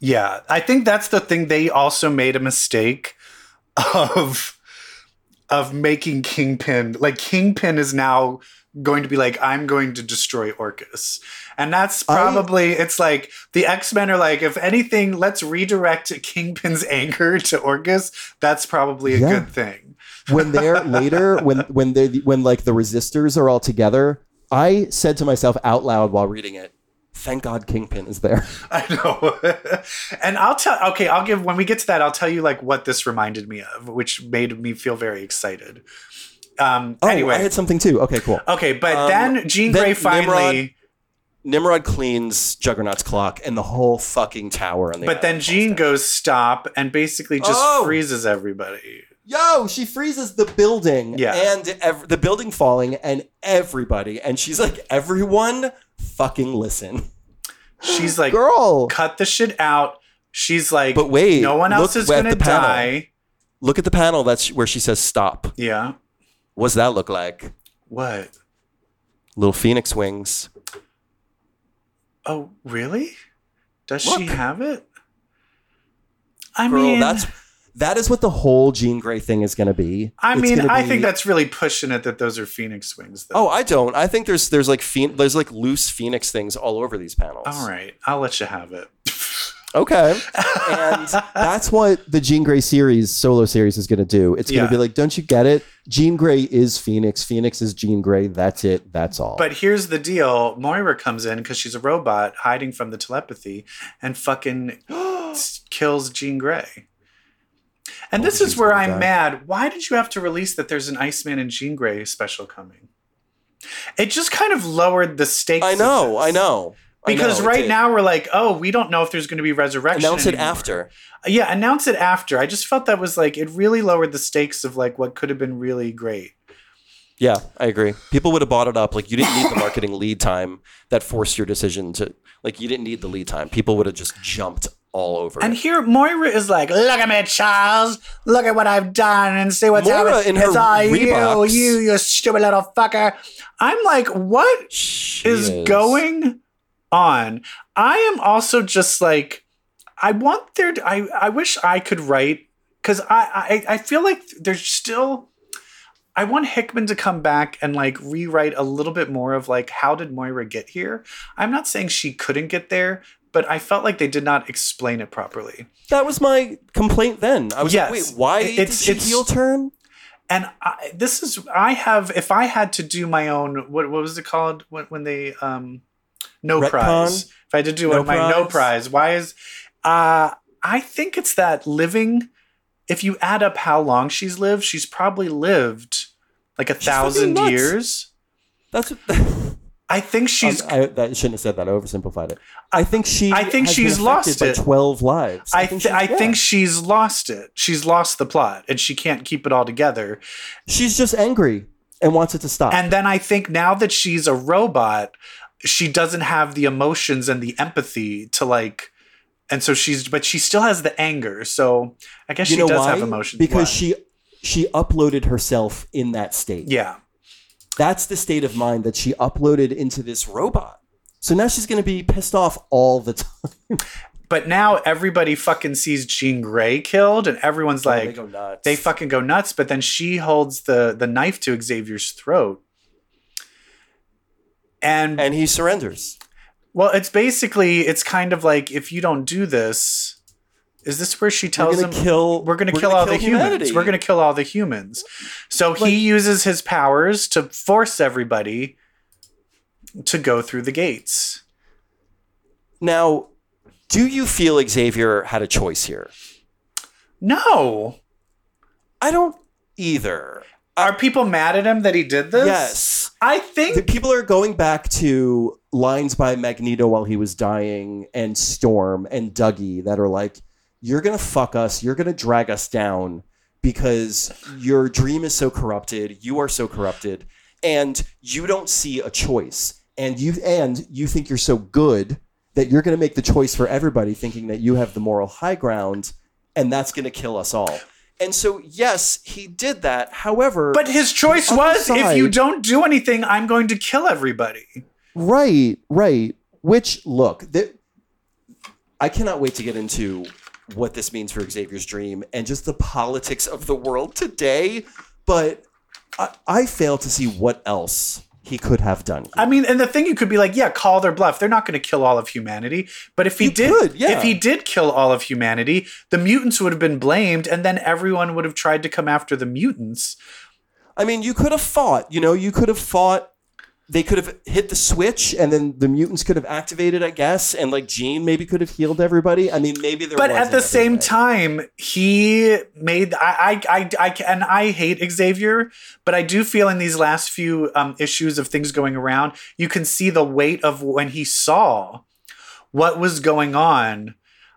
Speaker 2: Yeah, I think that's the thing. They also made a mistake of of making Kingpin like Kingpin is now going to be like I'm going to destroy Orcus, and that's
Speaker 3: Oh.
Speaker 2: probably it's like the X Men are like if anything, let's redirect Kingpin's anger to Orcus. That's probably a
Speaker 3: Yeah.
Speaker 2: good thing.
Speaker 3: when they're later when when they when like the resistors are all together i said to myself out loud while reading
Speaker 5: Reading it. Thank God Kingpin is there.
Speaker 2: I know. and I'll tell okay, I'll give when we get to that, I'll tell you like what this reminded me of, which made me feel very excited. Um
Speaker 3: oh
Speaker 2: anyway.
Speaker 3: i had something too okay cool
Speaker 2: Okay, but
Speaker 5: Um,
Speaker 2: then Jean
Speaker 5: then
Speaker 2: Grey finally,
Speaker 5: Nimrod- Nimrod cleans Juggernaut's clock and the whole fucking tower on the
Speaker 2: but then
Speaker 5: island falls
Speaker 2: Jean
Speaker 5: down.
Speaker 2: goes stop and basically just
Speaker 5: Oh!
Speaker 2: freezes everybody.
Speaker 3: yo she freezes the building
Speaker 2: Yeah.
Speaker 5: and ev- the building falling and everybody and she's like everyone fucking listen
Speaker 2: She's like,
Speaker 3: girl
Speaker 2: cut the shit out. She's like,
Speaker 5: But wait,
Speaker 2: no one else
Speaker 5: look
Speaker 2: is
Speaker 5: at
Speaker 2: gonna
Speaker 5: the panel.
Speaker 2: die.
Speaker 5: look at the panel that's where she says stop
Speaker 2: Yeah.
Speaker 5: what's that look like
Speaker 2: What?
Speaker 5: little phoenix wings
Speaker 2: Oh, really? Does she
Speaker 5: Look.
Speaker 2: have it? I
Speaker 5: girl
Speaker 2: mean,
Speaker 5: that's
Speaker 3: that is what the whole jean gray thing is going to be
Speaker 2: I
Speaker 3: It's
Speaker 2: mean,
Speaker 3: gonna
Speaker 2: I
Speaker 3: be-
Speaker 2: think that's really pushing it that those are phoenix wings. Though.
Speaker 5: oh i don't i think there's there's like phoen- there's like loose phoenix things all over these panels
Speaker 2: all right. I'll let you have it.
Speaker 3: okay and that's what the jean gray series solo series is going to do it's going
Speaker 2: Yeah.
Speaker 3: to be like don't you get it jean gray is phoenix phoenix is jean gray that's it that's all
Speaker 2: But here's the deal: Moira comes in because she's a robot hiding from the telepathy, and fucking s- kills Jean Grey. And this is where I'm mad. Why did you have to release that there's an Iceman and Jean Grey special coming? It just kind of lowered the stakes.
Speaker 5: i
Speaker 2: of
Speaker 5: know
Speaker 2: this.
Speaker 5: i know I
Speaker 2: Because
Speaker 5: know, it
Speaker 2: right
Speaker 5: did.
Speaker 2: now we're like, oh, we don't know if there's going to be resurrection.
Speaker 5: announce it
Speaker 2: anymore.
Speaker 5: after
Speaker 2: Yeah, announce it after. I just felt that was like it really lowered the stakes of like what could have been really great.
Speaker 5: yeah i agree people would have bought it up like you didn't need the marketing lead time that forced your decision to like you didn't need the lead time people would have just jumped all over
Speaker 2: And
Speaker 5: it.
Speaker 2: here Moira is like, "Look at me, Charles! Look at what I've done, and see what's
Speaker 5: Moira
Speaker 2: happened.
Speaker 5: in her
Speaker 2: it's all
Speaker 5: Reeboks.
Speaker 2: you, you, you stupid little fucker." I'm like, "What is
Speaker 5: She
Speaker 2: going on?" I am also just like, I want there. To, I I wish I could write because I, I I feel like there's still. I want Hickman to come back and like rewrite a little bit more of like how did Moira get here? I'm not saying she couldn't get there, but I felt like they did not explain it properly.
Speaker 5: That was my complaint then. I was like,
Speaker 2: Yes.
Speaker 5: wait, why did
Speaker 2: It's-
Speaker 5: she
Speaker 2: it's-
Speaker 5: heel turn?
Speaker 2: and I, this is I have if I had to do my own what what was it called when, when they um no
Speaker 5: Retcon?
Speaker 2: prize if I had to do
Speaker 5: No
Speaker 2: my no
Speaker 5: prize?
Speaker 2: prize why is uh I think it's that living if you add up how long she's lived she's probably lived like a thousand
Speaker 5: fucking nuts. Um,
Speaker 2: years
Speaker 5: That's what,
Speaker 2: I think she's
Speaker 3: Um, I, that shouldn't have said that. I oversimplified it. I think she.
Speaker 2: I think
Speaker 3: has been
Speaker 2: she's
Speaker 3: affected
Speaker 2: lost
Speaker 3: by
Speaker 2: it.
Speaker 3: Twelve lives.
Speaker 2: I, th-
Speaker 3: she's-
Speaker 2: I
Speaker 3: yeah.
Speaker 2: think she's lost it. She's lost the plot and she can't keep it all together.
Speaker 3: she's just angry and wants it to stop.
Speaker 2: And then I think now that she's a robot, she doesn't have the emotions and the empathy to like, and so she's, but she still has the anger. So I guess
Speaker 3: you
Speaker 2: she
Speaker 3: know
Speaker 2: does
Speaker 3: why?
Speaker 2: have emotions.
Speaker 3: because
Speaker 2: Why?
Speaker 3: she she uploaded herself in that state.
Speaker 2: yeah,
Speaker 3: that's the state of mind that she uploaded into this robot. So now she's going to be pissed off all the time.
Speaker 2: but now everybody fucking sees Jean Grey killed, and everyone's like,
Speaker 5: go nuts.
Speaker 2: they fucking go nuts. But then she holds the the knife to Xavier's throat, and
Speaker 5: and he surrenders.
Speaker 2: Well, it's basically it's kind of like if you don't do this, is this where she tells
Speaker 5: gonna
Speaker 2: him
Speaker 5: kill-
Speaker 2: we're going to
Speaker 5: we're
Speaker 2: kill
Speaker 5: gonna
Speaker 2: all
Speaker 5: kill
Speaker 2: the humans.
Speaker 5: humanity."
Speaker 2: We're going to kill all the humans. So he uses his powers to force everybody to go through the gates.
Speaker 5: Now, do you feel Xavier had a choice here?
Speaker 2: No.
Speaker 5: I don't either.
Speaker 2: Are people mad at him that he did this?
Speaker 5: Yes.
Speaker 2: I think
Speaker 3: The people are going back to lines by Magneto while he was dying and Storm and Dougie that are like, you're going to fuck us. You're going to drag us down because your dream is so corrupted. You are so corrupted and you don't see a choice. And you and you think you're so good that you're going to make the choice for everybody thinking that you have the moral high ground and that's going to kill us all.
Speaker 5: And so, yes, he did that. However,
Speaker 2: But his choice
Speaker 3: The other
Speaker 2: was if you
Speaker 3: side-
Speaker 2: don't do anything, I'm going to kill everybody.
Speaker 3: Right, right. Which look, th-
Speaker 5: I cannot wait to get into what this means for Xavier's dream and just the politics of the world today.
Speaker 3: but I, I fail to see what else he could have done.
Speaker 2: I mean, and the thing you could be like, yeah, call their bluff. They're not going to kill all of humanity. But if he did,
Speaker 5: could, yeah.
Speaker 2: if he did kill all of humanity, the mutants would have been blamed, and then everyone would have tried to come after the mutants.
Speaker 5: I mean, you could have fought, you know, you could have fought. They could have hit the switch and
Speaker 3: and then the mutants could have activated, I guess, and like Jean maybe could have healed everybody. I mean, maybe there.
Speaker 2: But
Speaker 3: was
Speaker 2: at the
Speaker 3: another
Speaker 2: same
Speaker 3: way.
Speaker 2: time, he made I I I, I and I hate Xavier, but I do feel in these last few um, issues of things going around, you can see the weight of when he saw what was going on.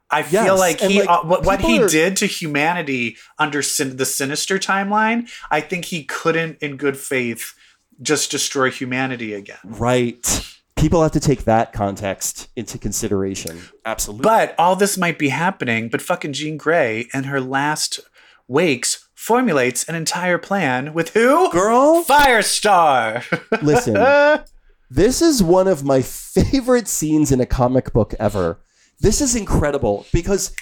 Speaker 2: I feel
Speaker 3: Yes,
Speaker 2: like
Speaker 3: and,
Speaker 2: he
Speaker 3: like,
Speaker 2: uh, what, what he
Speaker 3: people are-
Speaker 2: did to humanity under sin- the sinister timeline. I think he couldn't, in good faith, just destroy humanity again.
Speaker 3: right? People have to take that context into consideration.
Speaker 5: absolutely.
Speaker 2: But all this might be happening, but fucking Jean Grey in her last wakes formulates an entire plan with who?
Speaker 3: Girl,
Speaker 2: Firestar.
Speaker 3: Listen. this is one of my favorite scenes in a comic book ever. This is incredible because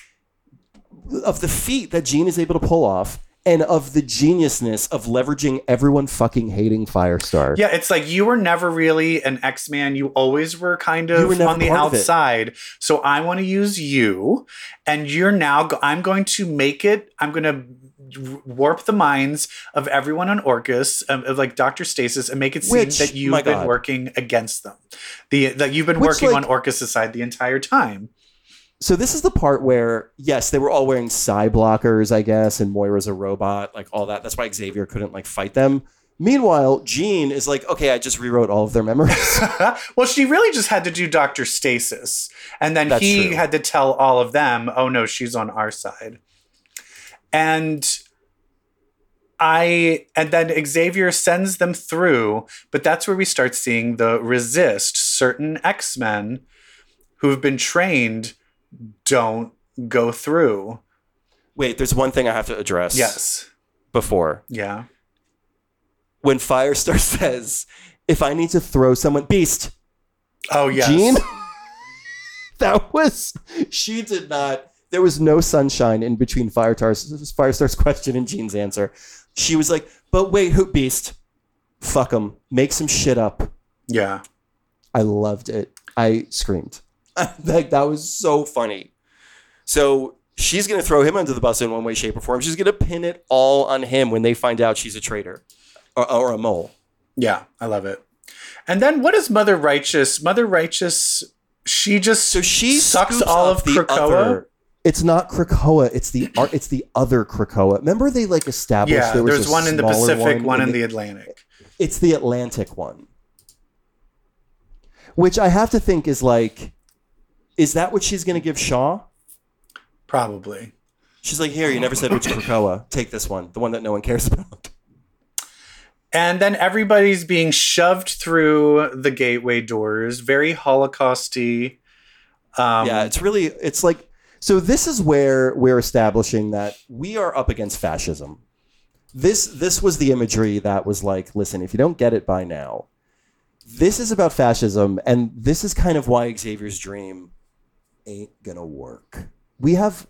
Speaker 3: of the feat that Jean is able to pull off and of the geniusness of leveraging everyone fucking hating Firestar.
Speaker 2: yeah, it's like you were never really an X-Man. You always were kind
Speaker 3: You were
Speaker 2: of
Speaker 3: never
Speaker 2: on the
Speaker 3: part of it.
Speaker 2: outside. So I want to use you and you're now go- I'm going to make it I'm going to warp the minds of everyone on Orcus um, of, of like Dr. Stasis and make it seem
Speaker 3: Which,
Speaker 2: that you've
Speaker 3: my
Speaker 2: been
Speaker 3: God.
Speaker 2: working against them. The that you've been
Speaker 3: Which,
Speaker 2: working
Speaker 3: like-
Speaker 2: on Orcus's side the entire time.
Speaker 3: So this is the part where yes, they were all wearing psi blockers, I guess, and Moira's a robot, like all that. That's why Xavier couldn't like fight them. Meanwhile, Jean is like, okay, I just rewrote all of their memories.
Speaker 2: well, she really just had to do Dr. Stasis. And then
Speaker 3: That's
Speaker 2: he
Speaker 3: true.
Speaker 2: had to tell all of them, oh no, she's on our side. And I and then Xavier sends them through, but that's where we start seeing the resist certain X-Men who've been trained don't go through.
Speaker 5: Wait, there's one thing I have to address
Speaker 2: Yes.
Speaker 5: before.
Speaker 2: Yeah.
Speaker 5: When Firestar says,
Speaker 3: if I need to throw someone, Beast,
Speaker 2: Oh yes.
Speaker 3: Jean. that was she did not. There was no sunshine in between Firestar's Firestar's question and Jean's answer. She was like, "But wait, who Beast? Fuck him. Make some shit up."
Speaker 2: Yeah.
Speaker 3: I loved it. I screamed.
Speaker 5: like, that was so funny. So she's going to throw him under the bus in one way, shape, or form. She's going to pin it all on him when they find out she's a traitor or, or a mole.
Speaker 2: Yeah. I love it. And then what is Mother Righteous? Mother Righteous she just
Speaker 5: So she
Speaker 2: Sucks
Speaker 5: scoops
Speaker 2: all
Speaker 5: up
Speaker 2: of
Speaker 5: the
Speaker 2: Krakoa?
Speaker 5: other
Speaker 3: It's not Krakoa. It's the art. It's the other Krakoa. Remember they like established
Speaker 2: Yeah,
Speaker 3: there was
Speaker 2: there's
Speaker 3: a
Speaker 2: one in the
Speaker 3: smaller
Speaker 2: Pacific, one, in
Speaker 3: and
Speaker 2: the Atlantic.
Speaker 3: It's the Atlantic one, which I have to think is like, is that what she's going to give Shaw?
Speaker 2: Probably.
Speaker 5: She's like, here, you never said which Krakoa. Take this one, the one that no one cares about.
Speaker 2: And then everybody's being shoved through the gateway doors, very Holocausty. Um,
Speaker 5: yeah,
Speaker 3: It's really. It's like. So this is where we're establishing that we are up against fascism. This this was the imagery that was like, listen, if you don't get it by now, this is about fascism, and this is kind of why Xavier's dream ain't gonna work. We have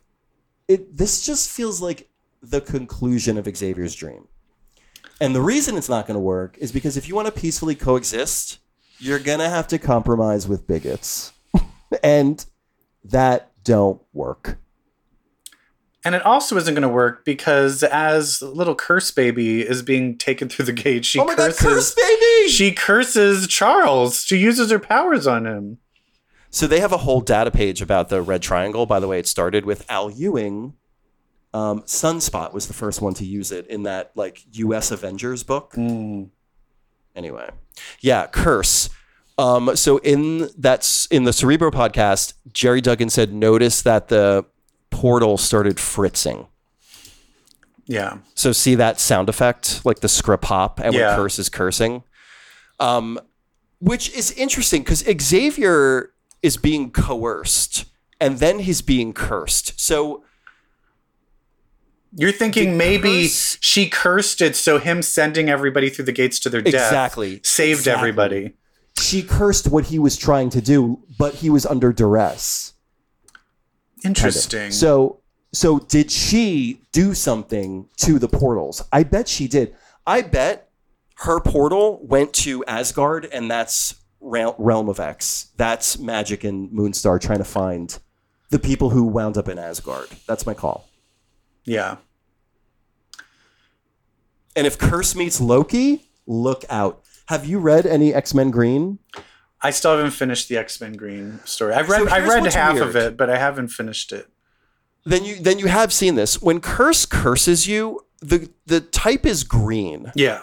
Speaker 3: it. This just feels like the conclusion of Xavier's dream, and the reason it's not gonna work is because if you want to peacefully coexist, you're gonna have to compromise with bigots, and that don't work.
Speaker 2: And it also isn't going to work because as little curse baby is being taken through the gate, she
Speaker 5: oh my
Speaker 2: curses.
Speaker 5: god, curse baby!
Speaker 2: she curses Charles. She uses her powers on him.
Speaker 5: So they have a whole data page about the Red Triangle. By the way, it started with Al Ewing
Speaker 3: Um, Sunspot was the first one to use it in that like U.S. Avengers book.
Speaker 5: Hmm.
Speaker 3: Anyway, yeah, curse. Um, so in that's in the Cerebro podcast, Jerry Duggan said, notice that the portal started fritzing.
Speaker 2: Yeah.
Speaker 3: So see that sound effect, like the scrip hop, and
Speaker 2: Yeah.
Speaker 3: when curse is cursing, um, which is interesting because Xavier is being coerced and then he's being cursed. So
Speaker 2: You're thinking maybe
Speaker 3: curse-
Speaker 2: she cursed it, so him sending everybody through the gates to their death
Speaker 3: Exactly.
Speaker 2: saved
Speaker 6: Exactly.
Speaker 2: everybody.
Speaker 6: She cursed what he was trying to do, but he was under duress. kind of.
Speaker 2: Interesting.
Speaker 6: So, so did she do something to the portals? I bet she did.
Speaker 3: I bet her portal went to Asgard, and that's Ra- Realm of X. That's Magic and Moonstar trying to find the people who wound up in Asgard. That's my call.
Speaker 2: yeah.
Speaker 3: And if Curse meets Loki,
Speaker 6: Look out. Have you read any X Men Green?
Speaker 2: I still haven't finished the X Men Green story. I've read
Speaker 3: So
Speaker 2: I
Speaker 3: here's
Speaker 2: read
Speaker 3: what's
Speaker 2: half
Speaker 3: weird.
Speaker 2: of it, but I haven't finished it.
Speaker 3: then you then you have seen this. When Curse curses you, the the type is green,
Speaker 2: Yeah.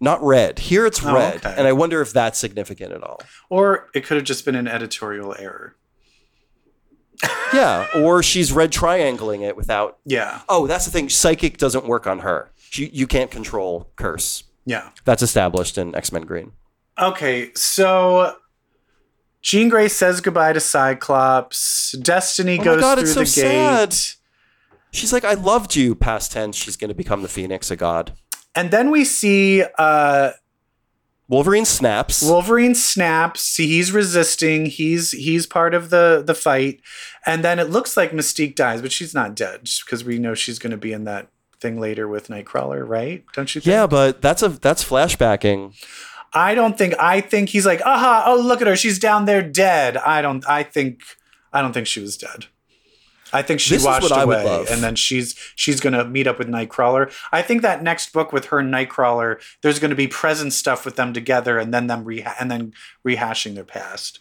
Speaker 3: not red. Here it's
Speaker 2: Oh,
Speaker 3: red,
Speaker 2: okay.
Speaker 3: and I wonder if that's significant at all.
Speaker 2: Or it could have just been an editorial error.
Speaker 3: Yeah, or she's red triangling it without.
Speaker 2: Yeah.
Speaker 3: Oh, that's the thing. Psychic doesn't work on her. She, you can't control Curse.
Speaker 2: Yeah.
Speaker 3: That's established in X Men Green.
Speaker 2: Okay, so Jean Grey says goodbye to Cyclops. Destiny
Speaker 3: Oh my
Speaker 2: goes
Speaker 3: God,
Speaker 2: through
Speaker 3: it's
Speaker 2: the
Speaker 3: so
Speaker 2: gate.
Speaker 3: sad. She's like, I loved you. Past tense, she's going to become the Phoenix, a god.
Speaker 2: And then we see uh
Speaker 3: Wolverine snaps.
Speaker 2: Wolverine snaps. See, he's resisting. He's he's part of the the fight. And then it looks like Mystique dies, but she's not dead because we know she's going to be in that thing later with Nightcrawler, right? Don't you think?
Speaker 3: yeah, but that's a that's flashbacking.
Speaker 2: I don't think I think he's like, "Aha, oh look at her. She's down there dead." I don't I think I don't think she was dead. I think she
Speaker 3: This is
Speaker 2: washed
Speaker 3: what I would
Speaker 2: away
Speaker 3: love.
Speaker 2: and then she's she's going to meet up with Nightcrawler. I think that next book with her and Nightcrawler, there's going to be present stuff with them together and then them reha- and then rehashing their past.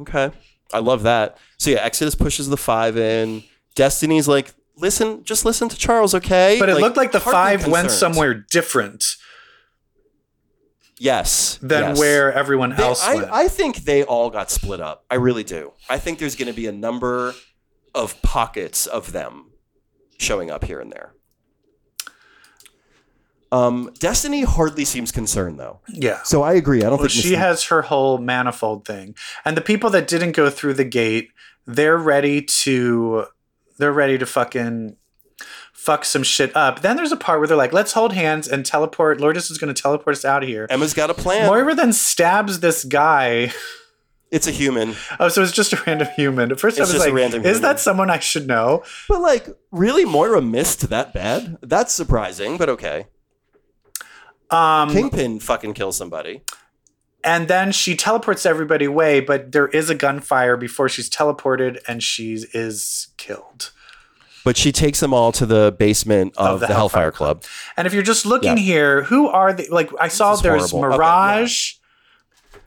Speaker 3: Okay, I love that. So yeah, Exodus pushes the five in. Destiny's like, listen, just listen to Charles, okay?
Speaker 2: But it looked like the
Speaker 3: hardly
Speaker 2: 5 went
Speaker 3: concerned.
Speaker 2: somewhere different
Speaker 3: Yes,
Speaker 2: than
Speaker 3: yes.
Speaker 2: where everyone
Speaker 3: They-
Speaker 2: else went.
Speaker 3: I, I think they all got split up. I really do. I think there's going to be a number of pockets of them showing up here and there. Um, Destiny hardly seems concerned though.
Speaker 2: yeah.
Speaker 6: So I agree. I don't
Speaker 2: Well,
Speaker 6: think
Speaker 2: she
Speaker 6: Mystique-
Speaker 2: has her whole manifold thing, and the people that didn't go through the gate, they're ready to, they're ready to fucking fuck some shit up. Then there's a part where they're like, "Let's hold hands and teleport." Lourdes is going to teleport us out of here.
Speaker 3: Emma's got a plan.
Speaker 2: Moira then stabs this guy.
Speaker 3: it's a human.
Speaker 2: Oh, so it's just a random human. At first,
Speaker 3: It's
Speaker 2: I was
Speaker 3: just a
Speaker 2: like, "Is
Speaker 3: random human.
Speaker 2: that someone I should know?"
Speaker 3: But like, really, Moira missed that bad? That's surprising, but okay.
Speaker 2: Um,
Speaker 3: Kingpin fucking kills somebody.
Speaker 2: and then she teleports everybody away, but there is a gunfire before she's teleported, and she is killed.
Speaker 3: But she takes them all to the basement of, the, Hellfire, Club.
Speaker 2: And if you're just looking
Speaker 3: Yeah.
Speaker 2: here, who are the like? I saw
Speaker 3: is
Speaker 2: there's
Speaker 3: horrible. Okay,
Speaker 2: Mirage.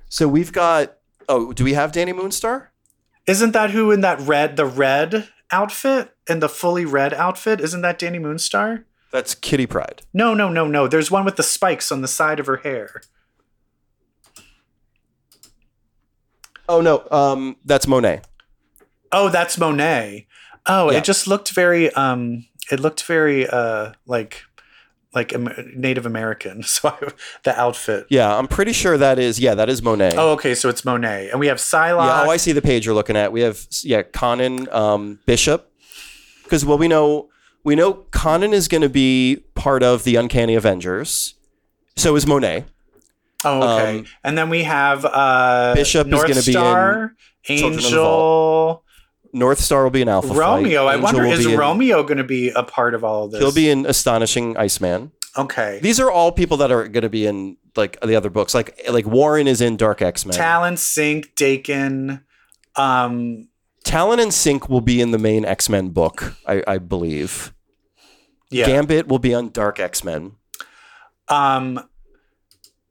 Speaker 3: So we've got. Oh, do we have Danny Moonstar?
Speaker 2: Isn't that who in that red, the red outfit and the fully red outfit? Isn't that Danny Moonstar?
Speaker 3: That's Kitty Pride.
Speaker 2: No, no, no, no. There's one with the spikes on the side of her hair.
Speaker 3: Oh no, um, that's Monet.
Speaker 2: Oh, that's Monet. Oh,
Speaker 3: Yeah.
Speaker 2: it just looked very um it looked very uh like like Am- Native American. So I, the outfit.
Speaker 3: Yeah, I'm pretty sure that is. Yeah, that is Monet.
Speaker 2: Oh, okay, so it's Monet. And we have Psylocke.
Speaker 3: yeah. Oh, I see the page you're looking at. We have yeah, Conan, um, Bishop, because well, we know we know Conan is going to be part of the Uncanny Avengers. So is Monet.
Speaker 2: Oh, okay.
Speaker 3: Um,
Speaker 2: and then we have uh,
Speaker 3: Bishop is
Speaker 2: North
Speaker 3: gonna be in
Speaker 2: Star,
Speaker 3: Children of the
Speaker 2: Angel,
Speaker 3: North Star will be an alpha.
Speaker 2: Romeo.
Speaker 3: Flight.
Speaker 2: I
Speaker 3: Angel
Speaker 2: wonder
Speaker 3: will
Speaker 2: is
Speaker 3: be in-
Speaker 2: Romeo going to be a part of all of this?
Speaker 3: He'll be in Astonishing Iceman.
Speaker 2: okay.
Speaker 3: These are all people that are going to be in like the other books. Like like Warren is in Dark X Men.
Speaker 2: Talon, Sink, Dakin. Um,
Speaker 3: Talon and Sync will be in the main X Men book, I, I believe.
Speaker 2: yeah.
Speaker 3: Gambit will be on Dark X Men.
Speaker 2: um.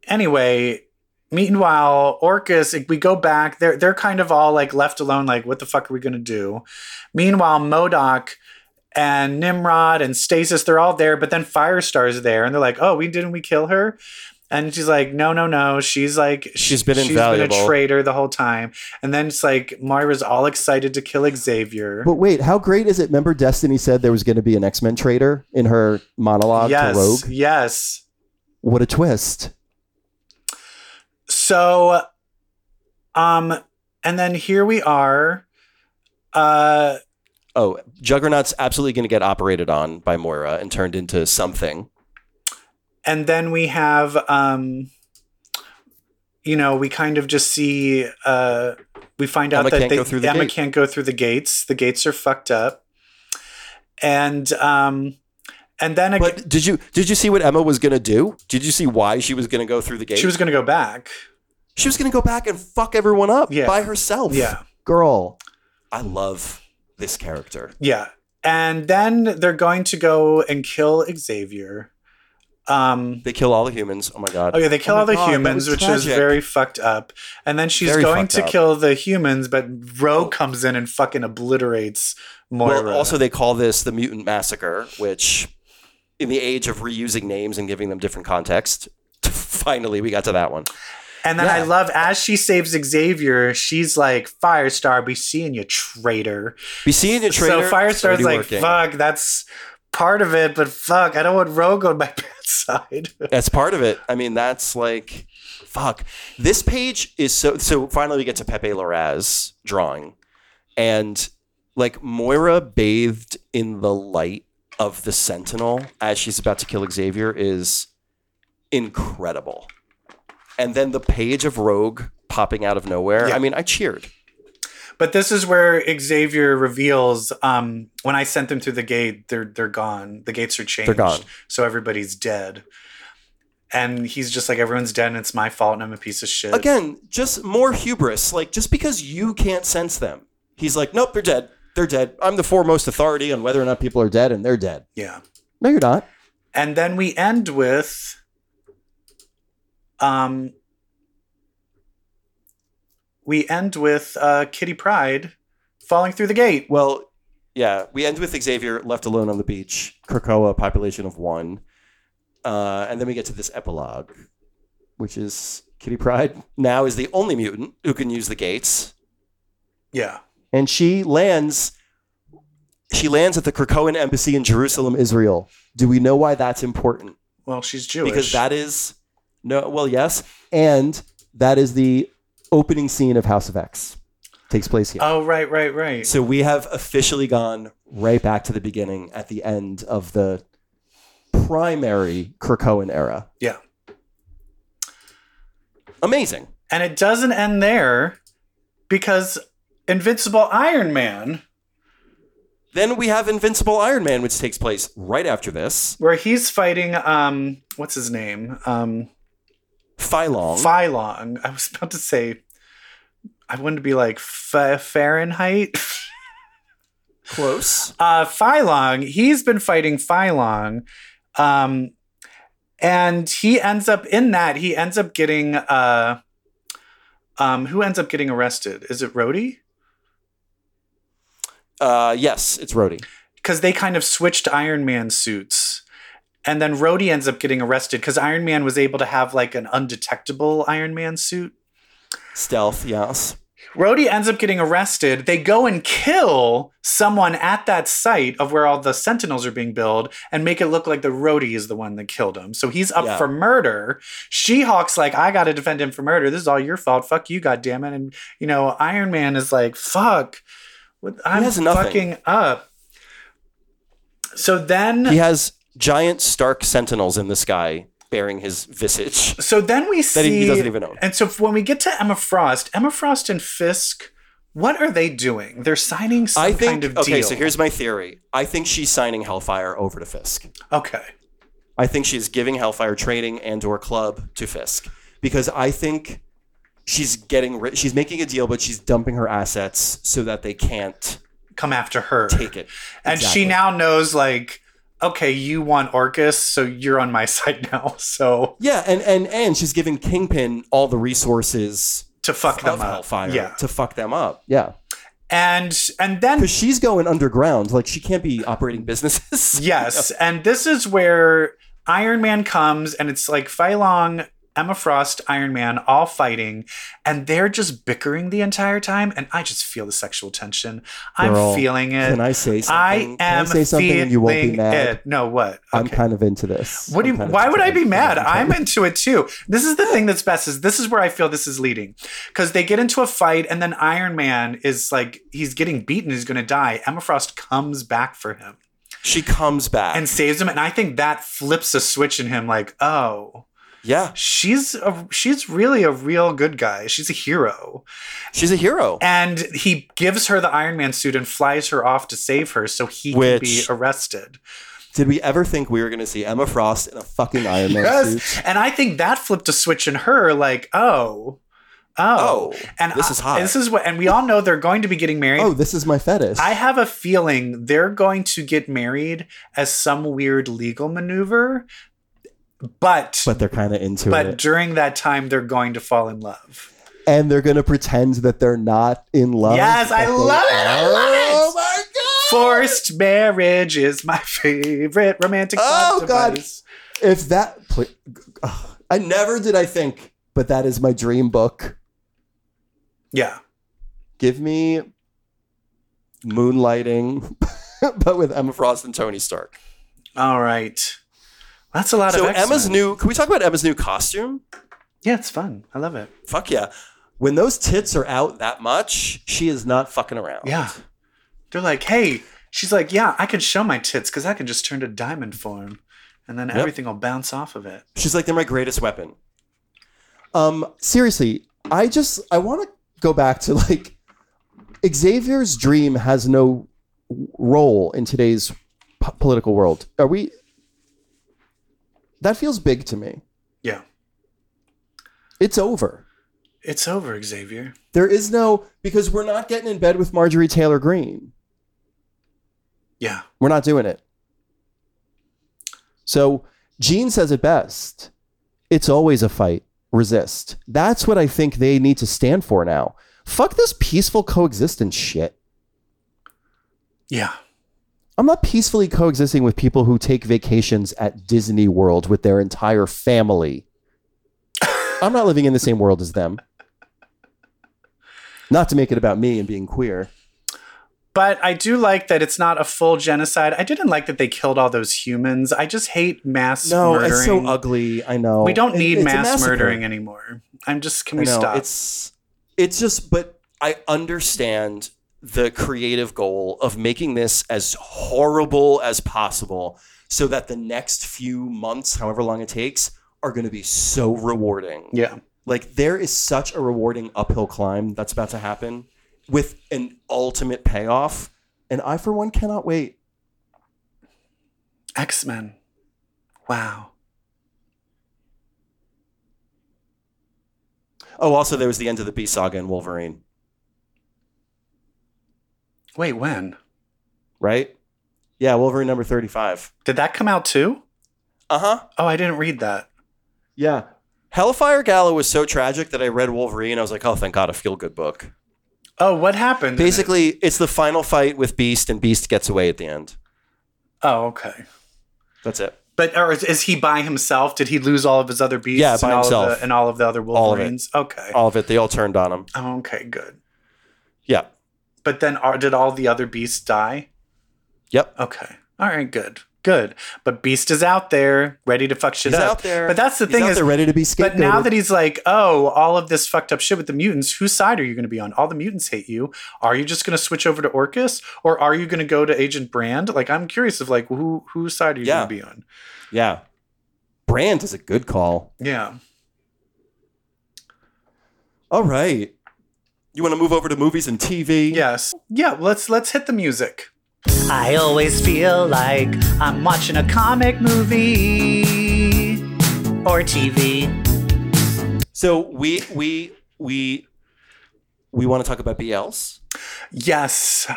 Speaker 2: Anyway, meanwhile, Orcus. If we go back, they're they're kind of all like left alone. Like, what the fuck are we going to do? Meanwhile, Modoc and Nimrod and Stasis, they're all there, but then Firestar's there, and they're like, "Oh, we didn't we kill her?" And she's like, "No, no, no." She's like,
Speaker 3: She's been
Speaker 2: She's been
Speaker 3: invaluable.
Speaker 2: a traitor the whole time. And then it's like Moira's all excited to kill Xavier.
Speaker 7: But wait, how great is it? Remember, Destiny said there was going to be an X Men traitor in her monologue
Speaker 2: yes,
Speaker 7: to Rogue.
Speaker 2: yes.
Speaker 7: What a twist!
Speaker 2: So, um, and then here we are. Uh,
Speaker 3: Oh, Juggernaut's absolutely going to get operated on by Moira and turned into something.
Speaker 2: and then we have um you know we kind of just see uh we find
Speaker 3: Emma
Speaker 2: out that
Speaker 3: can't
Speaker 2: they,
Speaker 3: go through the
Speaker 2: Emma
Speaker 3: gate.
Speaker 2: can't go through the gates the gates are fucked up and um and then again,
Speaker 3: But did you did you see what Emma was going to do? Did you see why she was going to go through the gate?
Speaker 2: she was going to go back
Speaker 3: she was going to go back and fuck everyone up
Speaker 2: Yeah.
Speaker 3: by herself.
Speaker 2: yeah
Speaker 7: Girl,
Speaker 3: I love this character.
Speaker 2: yeah and then they're going to go and kill xavier um
Speaker 3: They kill all the humans. Oh my god.
Speaker 2: Oh yeah, they kill
Speaker 3: my
Speaker 2: all the
Speaker 3: God, that
Speaker 2: humans,
Speaker 3: was
Speaker 2: which is
Speaker 3: tragic.
Speaker 2: very fucked up. And then she's
Speaker 3: Very
Speaker 2: going
Speaker 3: fucked
Speaker 2: to
Speaker 3: up.
Speaker 2: kill the humans, but Rogue comes in and fucking obliterates Moira.
Speaker 3: Well, also they call this the mutant massacre, which, in the age of reusing names and giving them different context, finally we got to that one.
Speaker 2: And then I
Speaker 3: Yeah.
Speaker 2: love as she saves Xavier, she's like, Firestar, be seeing you, traitor.
Speaker 3: Be seeing the traitor.
Speaker 2: so Firestar's
Speaker 3: already
Speaker 2: like,
Speaker 3: working.
Speaker 2: fuck, that's part of it, but fuck, I don't want Rogue on my bad side.
Speaker 3: That's part of it. I mean, that's like, fuck. This page is so. So finally, we get to Pepe Larraz drawing, and like Moira bathed in the light of the Sentinel as she's about to kill Xavier is incredible. And then the page of Rogue popping out of nowhere.
Speaker 2: Yeah.
Speaker 3: I mean, I cheered.
Speaker 2: but this is where Xavier reveals um, when I sent them through the gate, they're they're gone. The gates are changed.
Speaker 3: gone.
Speaker 2: So everybody's dead. And he's just like, everyone's dead and it's my fault and I'm a piece of shit.
Speaker 3: Again, just more hubris. Like just because you can't sense them, he's like, nope, they're dead. They're dead. I'm the foremost authority on whether or not people
Speaker 7: people
Speaker 3: are
Speaker 7: are dead and they're dead.
Speaker 2: Yeah.
Speaker 7: No, you're not.
Speaker 2: And then we end with um we end with uh, Kitty Pride falling through the gate.
Speaker 3: Well, yeah, we end with Xavier left alone on the beach, Krakoa, population of one. Uh, and then we get to this epilogue, which is Kitty Pride now is the only mutant who can use the gates.
Speaker 2: Yeah.
Speaker 3: And she lands. She lands at the Krakoan embassy in Jerusalem, Israel.
Speaker 7: Do we know why that's important?
Speaker 2: Well, she's Jewish.
Speaker 3: Because that is no well, yes.
Speaker 7: And that is the opening scene of House of X. Takes place here.
Speaker 2: Oh, right, right, right.
Speaker 3: So we have officially gone
Speaker 7: right back to the beginning at the end of the primary Krakoan era.
Speaker 2: Yeah.
Speaker 3: amazing.
Speaker 2: And it doesn't end there because Invincible Iron Man,
Speaker 3: Then we have Invincible Iron Man, which takes place right after this.
Speaker 2: where he's fighting um what's his name? Um
Speaker 3: Phylong.
Speaker 2: Phylong. I was about to say I wanted to be like Fa Fahrenheit.
Speaker 3: Close.
Speaker 2: Uh Phylong, he's been fighting Phylong. Um and he ends up in that, he ends up getting uh um who ends up getting arrested? Is it Rhodey?
Speaker 3: Uh, yes, it's Rhodey.
Speaker 2: because they kind of switched Iron Man suits. And then Rhodey ends up getting arrested because Iron Man was able to have like an undetectable Iron Man suit.
Speaker 3: Stealth, yes.
Speaker 2: Rhodey ends up getting arrested. They go and kill someone at that site of where all the Sentinels are being billed and make it look like the Rhodey is the one that killed him. So he's up
Speaker 3: Yeah.
Speaker 2: for murder. She Hawk's like, I got to defend him for murder. This is all your fault. Fuck you, goddammit. And, you know, Iron Man is like, fuck. What, I'm
Speaker 3: has nothing.
Speaker 2: fucking up. So then.
Speaker 3: He has giant Stark sentinels in the sky bearing his visage.
Speaker 2: So then we see
Speaker 3: That he- he doesn't even own.
Speaker 2: And so when we get to Emma Frost, Emma Frost and Fisk, what are they doing? They're signing some
Speaker 3: I think.
Speaker 2: kind of
Speaker 3: okay,
Speaker 2: deal.
Speaker 3: so here's my theory. I think she's signing Hellfire over to Fisk.
Speaker 2: okay.
Speaker 3: I think she's giving Hellfire training and/or club to Fisk because I think she's getting ri- she's making a deal, but she's dumping her assets so that they can't
Speaker 2: Come after her.
Speaker 3: take it.
Speaker 2: and she now knows like, okay, you want Orcus, so you're on my side now. So
Speaker 3: Yeah, and and and she's giving Kingpin all the resources
Speaker 2: to fuck
Speaker 3: of
Speaker 2: them up.
Speaker 3: Hellfire
Speaker 2: Yeah.
Speaker 3: to fuck them up.
Speaker 7: Yeah.
Speaker 2: And and then
Speaker 3: Because she's going underground. Like she can't be operating businesses.
Speaker 2: yes, and this is where Iron Man comes, and it's like Fei Long, Emma Frost, Iron Man, all fighting, and they're just bickering the entire time. And I just feel the sexual tension.
Speaker 3: Girl,
Speaker 2: I'm feeling it.
Speaker 3: Can I say something?
Speaker 2: I
Speaker 3: Can
Speaker 2: am
Speaker 3: I say something and you won't be
Speaker 2: feeling
Speaker 3: mad?
Speaker 2: It. No, what?
Speaker 3: I'm
Speaker 2: Okay.
Speaker 3: kind of into this.
Speaker 2: What do you,
Speaker 3: I'm kind of
Speaker 2: why
Speaker 3: into
Speaker 2: would I
Speaker 3: this.
Speaker 2: be mad? I'm into it too. This is the thing that's best is this is where I feel this is leading because they get into a fight and then Iron Man is like he's getting beaten, he's going to die. Emma Frost comes back for him
Speaker 5: She comes back.
Speaker 2: and saves him, and I think that flips a switch in him. Like, oh,
Speaker 5: yeah,
Speaker 2: she's a, she's really a real good guy. She's a hero.
Speaker 5: she's a hero.
Speaker 2: And he gives her the Iron Man suit and flies her off to save her so he
Speaker 5: Which-
Speaker 2: can be arrested.
Speaker 5: Did we ever think we were going to see Emma Frost in a fucking Iron Man suit?
Speaker 2: Yes. And I think that flipped a switch in her, like, oh, oh.
Speaker 5: Oh,
Speaker 2: and
Speaker 5: this
Speaker 2: I-
Speaker 5: is hot.
Speaker 2: This is what, and we all know they're going to be getting married.
Speaker 3: Oh, this is my fetish.
Speaker 2: I have a feeling they're going to get married as some weird legal maneuver, but. but
Speaker 3: but they're kind of into it.
Speaker 2: during that time, they're going to fall in love.
Speaker 3: and they're going to pretend that they're not in love.
Speaker 2: yes, I
Speaker 3: but they
Speaker 2: love it. I
Speaker 3: are.
Speaker 2: love it. Oh my god! Forced marriage is my favorite romantic.
Speaker 3: Oh,
Speaker 2: plot
Speaker 3: God.
Speaker 2: device.
Speaker 3: If that, pl- ugh, I never did. I think, but that is my dream book.
Speaker 2: Yeah,
Speaker 3: Give me moonlighting, but with Emma.
Speaker 5: Emma Frost and Tony Stark.
Speaker 2: All right. That's a lot
Speaker 5: So
Speaker 2: of X-Men.
Speaker 5: Emma's new. Can we talk about Emma's new costume?
Speaker 2: Yeah, it's fun. I love it.
Speaker 5: Fuck yeah! When those tits are out that much, she is not fucking around.
Speaker 3: Oh.
Speaker 2: Yeah. They're like, hey, she's like, yeah, I can show my tits because I can just turn to diamond form and then everything will bounce off of it.
Speaker 5: She's like, they're my greatest weapon.
Speaker 3: Um, seriously, I just I want to go back to like Xavier's dream has no role in today's po- political world. Are we? That feels big to me.
Speaker 2: Yeah.
Speaker 3: It's over.
Speaker 2: It's over, Xavier.
Speaker 3: There is no because we're not getting in bed with Marjorie Taylor Greene.
Speaker 2: Yeah.
Speaker 3: We're not doing it. So Gene says it best. It's always a fight. Resist. That's what I think they need to stand for now. Fuck this peaceful coexistence shit.
Speaker 2: Yeah.
Speaker 3: I'm not peacefully coexisting with people who take vacations at Disney World with their entire family. I'm not living in the same world as them. Not to make it about me and being queer.
Speaker 2: But I do like that it's not a full genocide. I didn't like that they killed all those humans. I just hate mass
Speaker 3: No,
Speaker 2: murdering.
Speaker 3: it's so ugly. I
Speaker 5: Oh,
Speaker 3: know.
Speaker 2: We don't
Speaker 3: It-
Speaker 2: need
Speaker 3: it's a
Speaker 2: mass
Speaker 3: massacre.
Speaker 2: murdering anymore. I'm just, can
Speaker 5: I
Speaker 2: we
Speaker 5: know,
Speaker 2: stop?
Speaker 5: It's it's just, but I understand the creative goal of making this as horrible as possible, so that the next few months, however long it takes, are going to be so rewarding.
Speaker 2: yeah.
Speaker 5: Like there is such a rewarding uphill climb that's about to happen with an ultimate payoff, and I for one cannot wait.
Speaker 2: X Men. Wow.
Speaker 5: Oh, also there was the end of the B saga in Wolverine,
Speaker 2: Wait, when?
Speaker 5: right? Yeah, Wolverine number thirty-five.
Speaker 2: Did that come out too?
Speaker 5: Uh huh.
Speaker 2: Oh, I didn't read that.
Speaker 3: Yeah.
Speaker 5: Hellfire Gala was so tragic that I read Wolverine. I was like, oh, thank God, a feel good book.
Speaker 2: Oh, what happened? in it?
Speaker 5: Basically, it's the final fight with Beast, and Beast gets away at the end.
Speaker 2: Oh, okay.
Speaker 5: That's it.
Speaker 2: But or is, is he by himself? Did he lose all of his other beasts?
Speaker 5: Yeah,
Speaker 2: and
Speaker 5: by
Speaker 2: all of the-
Speaker 5: himself.
Speaker 2: and all of the other
Speaker 5: All of it.
Speaker 2: Wolverines. Okay.
Speaker 5: All of it. They all turned on him.
Speaker 2: Oh, okay, good.
Speaker 5: Yeah.
Speaker 2: But then, are, did all the other beasts die?
Speaker 5: Yep.
Speaker 2: Okay. All right. Good. Good. But Beast is out there, ready to fuck shit
Speaker 5: He's
Speaker 2: up.
Speaker 5: out there.
Speaker 2: But that's the
Speaker 5: He's
Speaker 2: thing
Speaker 5: out
Speaker 2: is,
Speaker 5: there
Speaker 3: Ready to be
Speaker 2: but
Speaker 3: scapegoated.
Speaker 2: now that he's like, oh, all of this fucked up shit with the mutants, whose side are you going to be on? All the mutants hate you. Are you just going to switch over to Orcus, or are you going to go to Agent Brand? Like, I'm curious of like who whose side are you
Speaker 5: Yeah.
Speaker 2: going to be on?
Speaker 5: Yeah. Brand is a good call.
Speaker 2: Yeah.
Speaker 5: All right. You want to move over to movies and TV?
Speaker 2: Yes. Yeah. Let's let's hit the music.
Speaker 4: I always feel like I'm watching a comic movie or TV.
Speaker 5: So we we we we want to talk about BLs.
Speaker 2: Yes.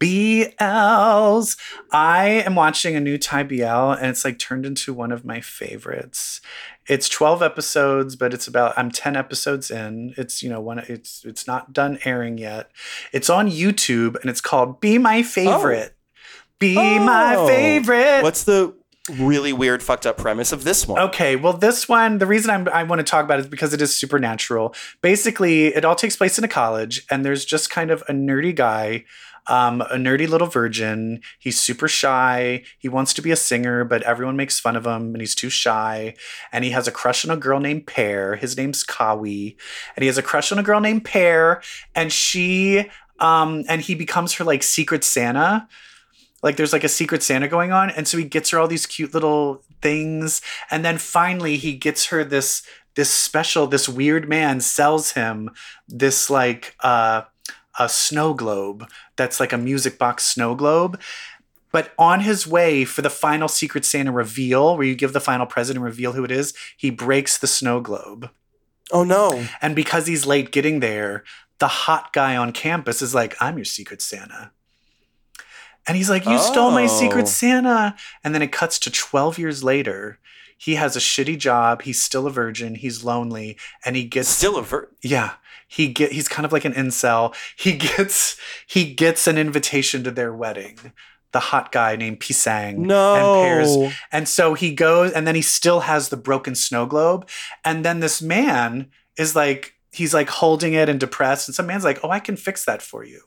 Speaker 2: BLs. I am watching a new Thai BL and it's like turned into one of my favorites. It's 12 episodes, but it's about I'm 10 episodes in. It's, you know, one it's it's not done airing yet. It's on YouTube and it's called Be My Favorite. Be my
Speaker 5: Oh.
Speaker 2: favorite.
Speaker 5: What's the really weird, fucked up premise of this one?
Speaker 2: Okay, well, this one, the reason I'm, I want to talk about it is because it is supernatural. Basically, it all takes place in a college, and there's just kind of a nerdy guy, um, a nerdy little virgin. He's super shy. He wants to be a singer, but everyone makes fun of him, and he's too shy. And he has a crush on a girl named Pear. His name's Kawi, and he has a crush on a girl named Pear, and she, um, and he becomes her like secret Santa like there's like a secret santa going on and so he gets her all these cute little things and then finally he gets her this this special this weird man sells him this like uh a snow globe that's like a music box snow globe but on his way for the final secret santa reveal where you give the final present and reveal who it is he breaks the snow globe
Speaker 5: Oh no.
Speaker 2: and because he's late getting there, the hot guy on campus is like, I'm your secret Santa. And he's like, You stole my
Speaker 5: Oh.
Speaker 2: secret Santa. And then it cuts to 12 years later. He has a shitty job. He's still a virgin. He's lonely. And he gets
Speaker 5: Still a ver-
Speaker 2: yeah. He get he's kind of like an incel. He gets he gets an invitation to their wedding. The hot guy named Pisang
Speaker 5: No.
Speaker 2: and Pears. And so he goes and then he still has the broken snow globe. And then this man is like he's like holding it and depressed. And some man's like, Oh, I can fix that for you.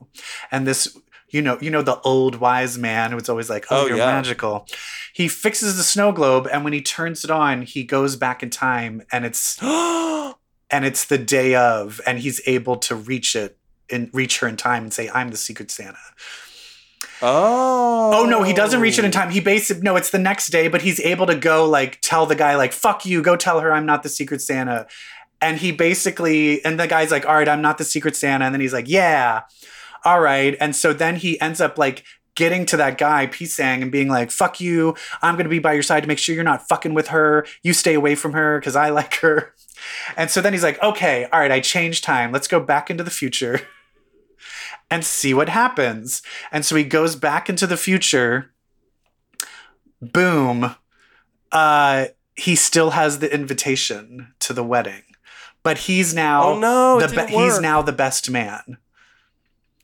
Speaker 2: And this you know, you know the old wise man who was always like, "Oh,
Speaker 5: Oh,
Speaker 2: you're
Speaker 5: yeah.
Speaker 2: magical." He fixes the snow globe, and when he turns it on, he goes back in time, and it's
Speaker 5: Oh.
Speaker 2: and it's the day of and he's able to reach it and reach her in time and say i'm the secret santa
Speaker 5: Oh.
Speaker 2: oh no he doesn't reach it in time he basically no it's the next day but he's able to go like tell the guy like fuck you go tell her i'm not the secret santa and he basically and the guy's like all right i'm not the secret santa and then he's like yeah all right and so then he ends up like getting to that guy pisang and being like fuck you i'm going to be by your side to make sure you're not fucking with her you stay away from her because i like her and so then he's like okay all right i changed time let's go back into the future and see what happens and so he goes back into the future boom uh he still has the invitation to the wedding but he's now
Speaker 5: Oh, no, it
Speaker 2: the
Speaker 5: didn't
Speaker 2: he's
Speaker 5: work.
Speaker 2: now the best man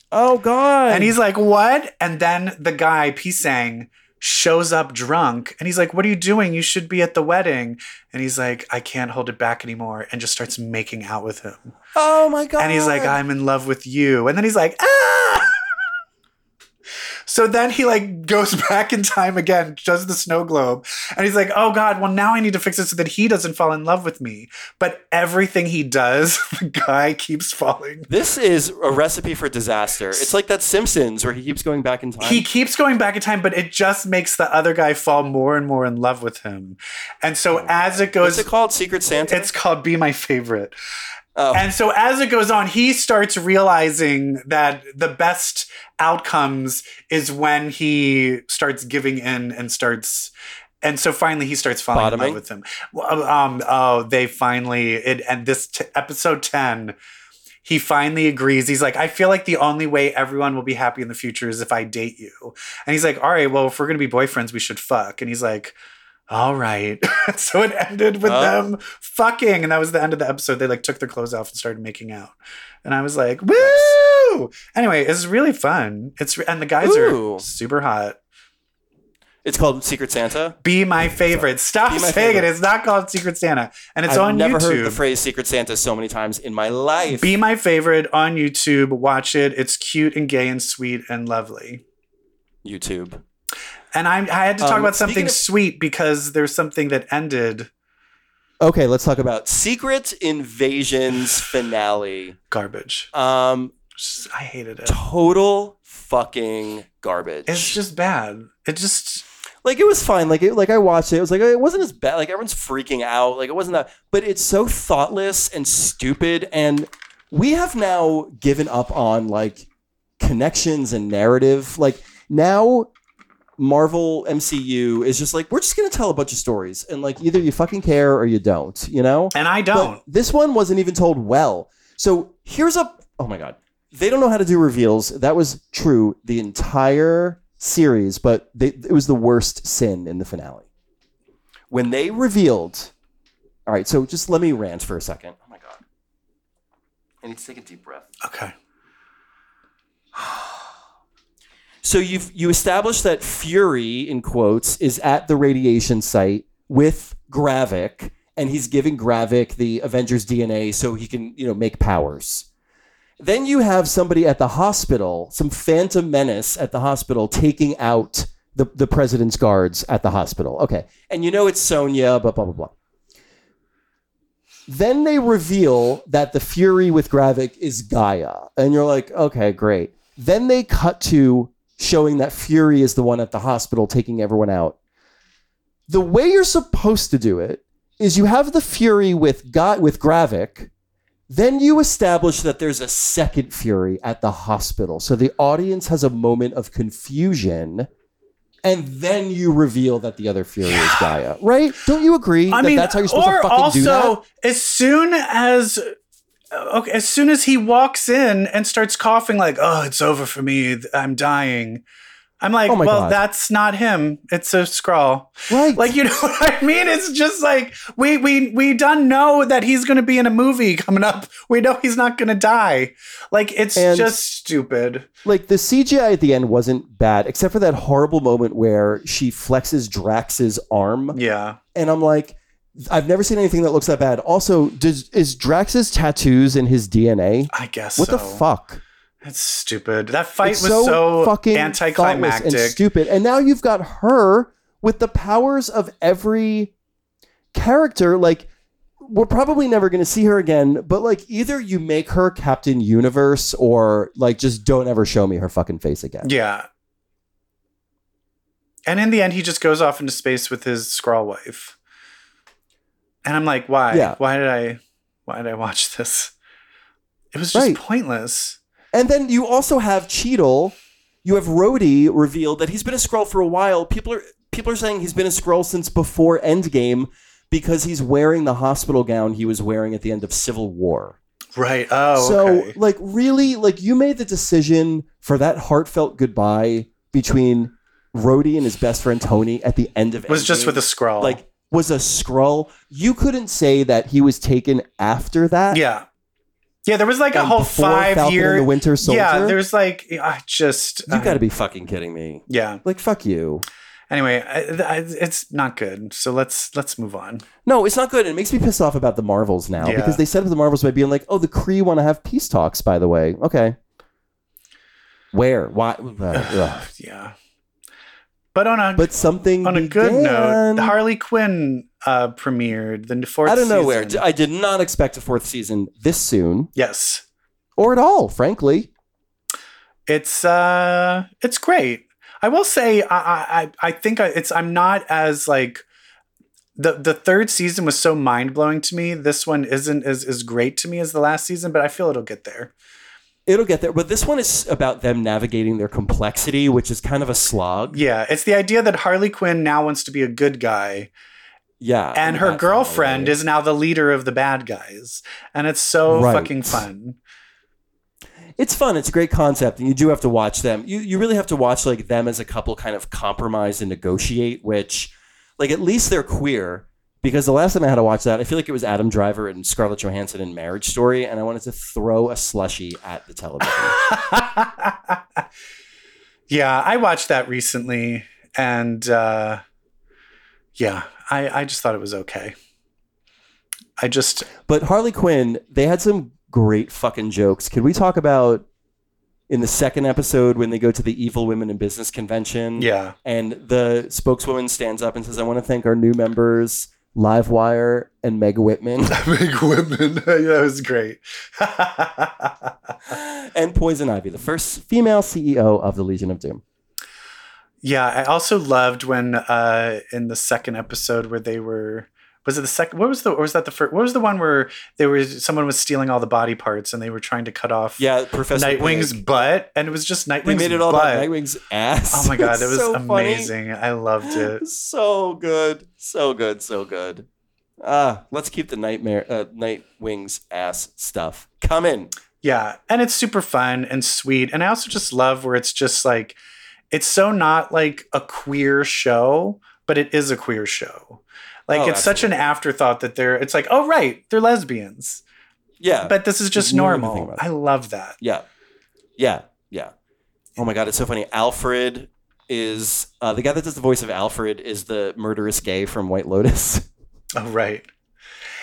Speaker 5: Oh god.
Speaker 2: and he's like, "What?" And then the guy Pisang shows up drunk, and he's like, "What are you doing? You should be at the wedding." And he's like, "I can't hold it back anymore," and just starts making out with him.
Speaker 5: Oh my god.
Speaker 2: And he's like, "I'm in love with you," and then he's like, "Ah." So then he like goes back in time again, does the snow globe, and he's like, "Oh God, well now I need to fix it so that he doesn't fall in love with me." But everything he does, the guy keeps falling
Speaker 5: This is a recipe for disaster. It's like that Simpsons where he keeps going back in time.
Speaker 2: he keeps going back in time, but it just makes the other guy fall more and more in love with him. And so as it
Speaker 5: Oh, What's
Speaker 2: goes,
Speaker 5: it called? Secret Santa.
Speaker 2: it's called Be My Favorite.
Speaker 5: Oh.
Speaker 2: And so as it goes on, he starts realizing that the best outcomes is when he starts giving in and starts. And so finally, he starts falling in
Speaker 5: Bottoming?
Speaker 2: love with him. Well, Um, oh, they finally it and this t- episode ten, he finally agrees. He's like, I feel like the only way everyone will be happy in the future is if I date you. And he's like, All right, well, if we're gonna be boyfriends, we should fuck. And he's like, All right. so it ended with
Speaker 5: Oh.
Speaker 2: them fucking, and that was the end of the episode. They like took their clothes off and started making out, and I was like, Woo! Anyway, it's really fun. It's and the guys
Speaker 5: Ooh.
Speaker 2: are super hot.
Speaker 5: It's called Secret Santa.
Speaker 2: Be my favorite. Stop
Speaker 5: Be My
Speaker 2: saying
Speaker 5: Favorite.
Speaker 2: it. It's not called Secret Santa, and it's
Speaker 5: I've
Speaker 2: on
Speaker 5: never
Speaker 2: YouTube.
Speaker 5: heard the phrase Secret Santa so many times in my life.
Speaker 2: Be my favorite on YouTube. Watch it. It's cute and gay and sweet and lovely.
Speaker 5: YouTube.
Speaker 2: And I, I had to talk
Speaker 5: Um,
Speaker 2: about
Speaker 5: speaking
Speaker 2: something
Speaker 5: of-
Speaker 2: sweet because there's something that ended
Speaker 3: Okay, let's talk about.
Speaker 5: About Secret Invasion's finale.
Speaker 2: garbage.
Speaker 5: Um,
Speaker 2: Just- I hated it.
Speaker 5: total fucking garbage.
Speaker 2: It's just bad. It just
Speaker 5: like it was fine. Like it, like I watched it. It was like it wasn't as bad. Like everyone's freaking out. Like it wasn't that. But it's so thoughtless and stupid. And
Speaker 3: we have now given up on like connections and narrative. Like now, Marvel MCU is just like we're just gonna tell a bunch of stories, and like either you fucking care or you don't. You know,
Speaker 2: and I
Speaker 3: But
Speaker 2: don't.
Speaker 3: this one wasn't even told well. So here's a oh my god. they don't know how to do reveals. That was true the entire series, but they, it was the worst sin in the finale. When they revealed, all right, so just let me rant for a second.
Speaker 5: Oh my god. I need to take a deep breath.
Speaker 2: Okay.
Speaker 3: So you've you established that Fury, in quotes, is at the radiation site with Gravik, and he's giving Gravik the Avengers DNA so he can, you know, make powers. Then you have somebody at the hospital, some phantom menace at the hospital taking out the, the president's guards at the hospital. Okay. And you know it's Sonya, but blah blah blah. Then they reveal that the Fury with Gravik is Gaia. And you're like, okay, great. Then they cut to showing that Fury is the one at the hospital taking everyone out. The way you're supposed to do it is you have the Fury with Ga- with Gravik, then you establish that there's a second Fury at the hospital. So the audience has a moment of confusion, and then you reveal that the other Fury is Gaia. Right? Don't you agree
Speaker 2: I
Speaker 3: that
Speaker 2: mean,
Speaker 3: that's how you're supposed
Speaker 2: or
Speaker 3: to fucking
Speaker 2: also,
Speaker 3: do that?
Speaker 2: as soon as okay, as soon as he walks in and starts coughing, like, "Oh, it's over for me. I'm dying." I'm like,
Speaker 3: Oh my
Speaker 2: "Well,
Speaker 3: God.
Speaker 2: that's not him. It's a scrawl."
Speaker 3: Right.
Speaker 2: Like, you know what I mean? It's just like we we we done know that he's going to be in a movie coming up. We know he's not going to die. Like, it's
Speaker 3: And-
Speaker 2: just stupid.
Speaker 3: Like the CGI at the end wasn't bad, except for that horrible moment where she flexes Drax's arm.
Speaker 2: Yeah.
Speaker 3: and I'm like, I've never seen anything that looks that bad. Also, does is Drax's tattoos in his DNA?
Speaker 2: I guess
Speaker 3: What the
Speaker 2: so.
Speaker 3: fuck?
Speaker 2: It's stupid. That fight
Speaker 3: It's
Speaker 2: was so,
Speaker 3: fucking thoughtless
Speaker 2: anticlimactic.
Speaker 3: and stupid. And now you've got her with the powers of every character. Like, we're probably never going to see her again. But like, either you make her Captain Universe, or like, just don't ever show me her fucking face again.
Speaker 2: Yeah. And in the end, he just goes off into space with his scrawl wife. And I'm like, why?
Speaker 3: Yeah.
Speaker 2: Why did I? Why did I watch this? It was just
Speaker 3: Right.
Speaker 2: pointless.
Speaker 3: And then you also have Cheadle. You have Rhodey revealed that he's been a scroll for a while. People are people are saying he's been a scroll since before Endgame because he's wearing the hospital gown he was wearing at the end of Civil War.
Speaker 2: Right. Oh.
Speaker 3: so,
Speaker 2: okay.
Speaker 3: like, really, like you made the decision for that heartfelt goodbye between Rhodey and his best friend Tony at the end of
Speaker 2: Was just
Speaker 3: Endgame,
Speaker 2: with a scrawl.
Speaker 3: like was a scroll. You couldn't say that he was taken after that.
Speaker 2: Yeah. Yeah. There was like a
Speaker 3: and
Speaker 2: whole
Speaker 3: before
Speaker 2: five
Speaker 3: Falcon
Speaker 2: year.
Speaker 3: and the Winter Soldier.
Speaker 2: Yeah. There's like I just.
Speaker 3: you
Speaker 2: I-
Speaker 3: got to be fucking kidding me.
Speaker 2: Yeah.
Speaker 3: Like fuck you.
Speaker 2: Anyway, I, I, it's not good. So let's let's move on.
Speaker 3: No, it's not good. It makes me pissed off about the Marvels now
Speaker 2: Yeah.
Speaker 3: because they set up the Marvels by being like, "Oh, the Kree want to have peace talks." By the way, okay. Where? Why? Uh, ugh.
Speaker 2: Yeah. But on a
Speaker 3: but something
Speaker 2: on a good
Speaker 3: began-
Speaker 2: note, Harley Quinn uh, premiered the n- fourth.
Speaker 3: out of
Speaker 2: season.
Speaker 3: nowhere. I did not expect a fourth season this soon
Speaker 2: yes,
Speaker 3: or at all, frankly.
Speaker 2: it's uh, it's great. I will say, I I, I- I think I, it's I'm not as like the the third season was so mind blowing to me. This one isn't as as great to me as the last season, but I feel it'll get there.
Speaker 3: It'll get there, but this one is about them navigating their complexity, which is kind of a slog.
Speaker 2: Yeah, it's the idea that Harley Quinn now wants to be a good guy,
Speaker 3: Yeah,
Speaker 2: and her
Speaker 3: that's not
Speaker 2: girlfriend
Speaker 3: right.
Speaker 2: is now the leader of the bad guys, and it's so
Speaker 3: Right.
Speaker 2: fucking fun.
Speaker 3: it's fun. It's a great concept, and you do have to watch them. You you really have to watch like them as a couple kind of compromise and negotiate. Which, like, at least they're queer because the last time I had to watch that, I feel like it was Adam Driver and Scarlett Johansson in Marriage Story, and I wanted to throw a slushie at the television.
Speaker 2: yeah, I watched that recently, and uh, yeah, I, I just thought it was okay. I just
Speaker 3: but Harley Quinn, they had some great fucking jokes. Can we talk about in the second episode when they go to the Evil Women in Business convention?
Speaker 2: yeah
Speaker 3: And the spokeswoman stands up and says, I want to thank our new members, Livewire and Meg Whitman
Speaker 2: big women. that was great.
Speaker 3: and Poison Ivy, the first female CEO of the Legion of Doom.
Speaker 2: yeah, I also loved when uh, in the second episode where they were. Was it the second? What was the? Or was that the first? What was the one where there was someone was stealing all the body parts and they were trying to cut off
Speaker 3: Yeah, Professor
Speaker 2: Nightwing's
Speaker 3: Pig.
Speaker 2: butt? And it was just Nightwing's
Speaker 3: They made it all
Speaker 2: butt.
Speaker 3: about Nightwing's ass.
Speaker 2: Oh my god,
Speaker 3: It's
Speaker 2: it was
Speaker 3: so funny.
Speaker 2: amazing. I loved it.
Speaker 3: So good, so good, so good. Ah, let's keep the nightmare, uh, Nightwing's ass stuff coming.
Speaker 2: Yeah, and it's super fun and sweet. And I also just love where it's just like it's so not like a queer show, but it is a queer show. Like
Speaker 3: Oh,
Speaker 2: it's such an afterthought that they're it's like, "Oh right, they're lesbians."
Speaker 3: Yeah.
Speaker 2: But this is just
Speaker 3: didn't even think
Speaker 2: normal.
Speaker 3: about it.
Speaker 2: I love that.
Speaker 3: Yeah. Yeah. Yeah. Oh my god, it's so funny. Alfred is uh, the guy that does the voice of Alfred is the murderous gay from White Lotus,
Speaker 2: Oh right.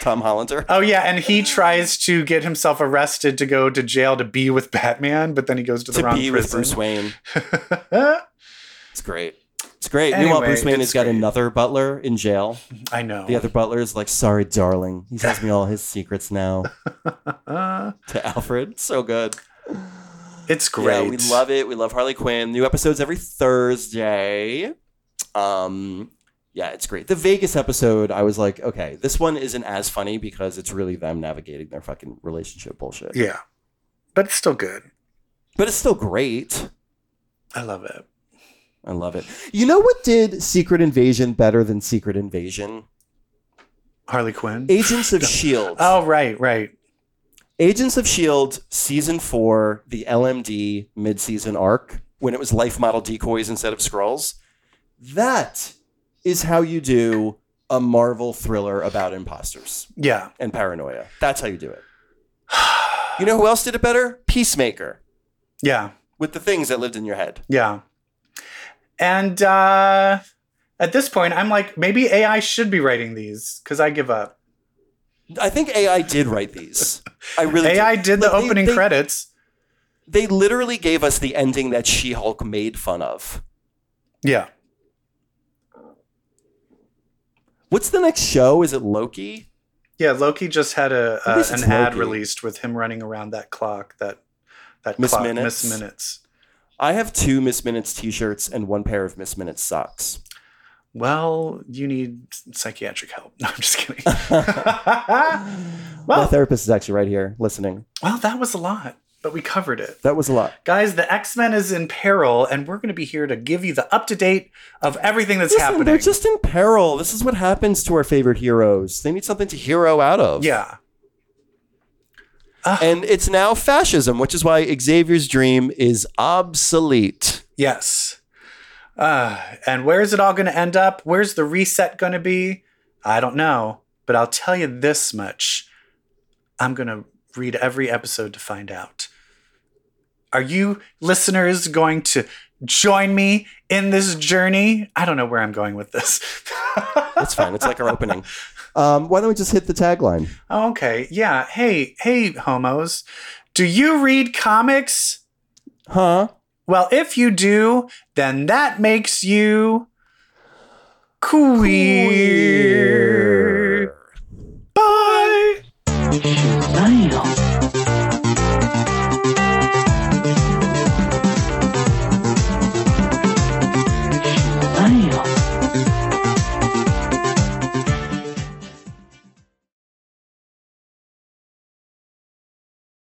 Speaker 3: Tom Hollander.
Speaker 2: Oh yeah, and he tries to get himself arrested to go to jail to be with Batman, but then he goes to the
Speaker 3: to
Speaker 2: wrong
Speaker 3: be with
Speaker 2: prison.
Speaker 3: Bruce Wayne. It's great. It's great. Meanwhile,
Speaker 2: Anyway,
Speaker 3: Bruce Wayne
Speaker 2: it's
Speaker 3: has got
Speaker 2: great. Oh.
Speaker 3: another butler in jail.
Speaker 2: I know.
Speaker 3: The other butler is like, sorry, darling. He tells me all his secrets now
Speaker 2: Uh,
Speaker 3: to Alfred. So good.
Speaker 2: it's great.
Speaker 3: Yeah, we love it. We love Harley Quinn. New episodes every Thursday. Um, yeah, it's great. The Vegas episode, I was like, okay, this one isn't as funny because it's really them navigating their fucking relationship bullshit.
Speaker 2: Yeah. But it's still good.
Speaker 3: But it's still great.
Speaker 2: I love it.
Speaker 3: I love it. You know what did Secret Invasion better than Secret Invasion?
Speaker 2: Harley Quinn.
Speaker 3: Agents of Shield.
Speaker 2: Oh, right, right.
Speaker 3: Agents of S.H.I.E.L.D. E season four, the LMD mid season arc, when it was life model decoys instead of scrolls. That is how you do a Marvel thriller about imposters
Speaker 2: Yeah.
Speaker 3: and paranoia. That's how you do it. You know who else did it better? Peacemaker
Speaker 2: Yeah.
Speaker 3: with the things that lived in your head.
Speaker 2: Yeah. And uh, at this point, I'm like, maybe AI should be writing these because I give up.
Speaker 3: I think AI did write these. I really do.
Speaker 2: AI did the
Speaker 3: Like, they-
Speaker 2: opening
Speaker 3: they-
Speaker 2: credits.
Speaker 3: They literally gave us the ending that She E Hulk made fun of.
Speaker 2: Yeah.
Speaker 3: What's the next show? Is it Loki?
Speaker 2: Yeah. Loki just had a
Speaker 3: At
Speaker 2: uh,
Speaker 3: least
Speaker 2: an
Speaker 3: it's
Speaker 2: ad
Speaker 3: Loki.
Speaker 2: released with him running around that clock that that
Speaker 3: Miss
Speaker 2: clock
Speaker 3: Minutes?
Speaker 2: Miss Minutes.
Speaker 3: I have two Miss Minutes t-shirts and one pair of Miss Minutes socks.
Speaker 2: Well, you need psychiatric help. No, I'm just kidding.
Speaker 3: My
Speaker 2: well,
Speaker 3: therapist is actually right here listening.
Speaker 2: well, that was a lot, but we covered it.
Speaker 3: That was a lot.
Speaker 2: Guys, the X Men is in peril, and we're going to be here to give you the up to date of everything that's
Speaker 3: Listen,
Speaker 2: happening.
Speaker 3: they're just in peril. This is what happens to our favorite heroes. They need something to hero out of.
Speaker 2: yeah,
Speaker 3: And it's now fascism, which is why Xavier's dream is obsolete.
Speaker 2: yes. Uh, and where is it all going to end up? Where's the reset going to be? I don't know, but I'll tell you this much I'm going to read every episode to find out. Are you listeners going to join me in this journey? I don't know where I'm going with this.
Speaker 3: That's fine. It's like our opening.
Speaker 8: Um, why don't we just hit the tagline?
Speaker 2: Oh, okay. Yeah. Hey, hey, homos. Do you read comics?
Speaker 3: Huh?
Speaker 2: Well, if you do, then that makes you queer.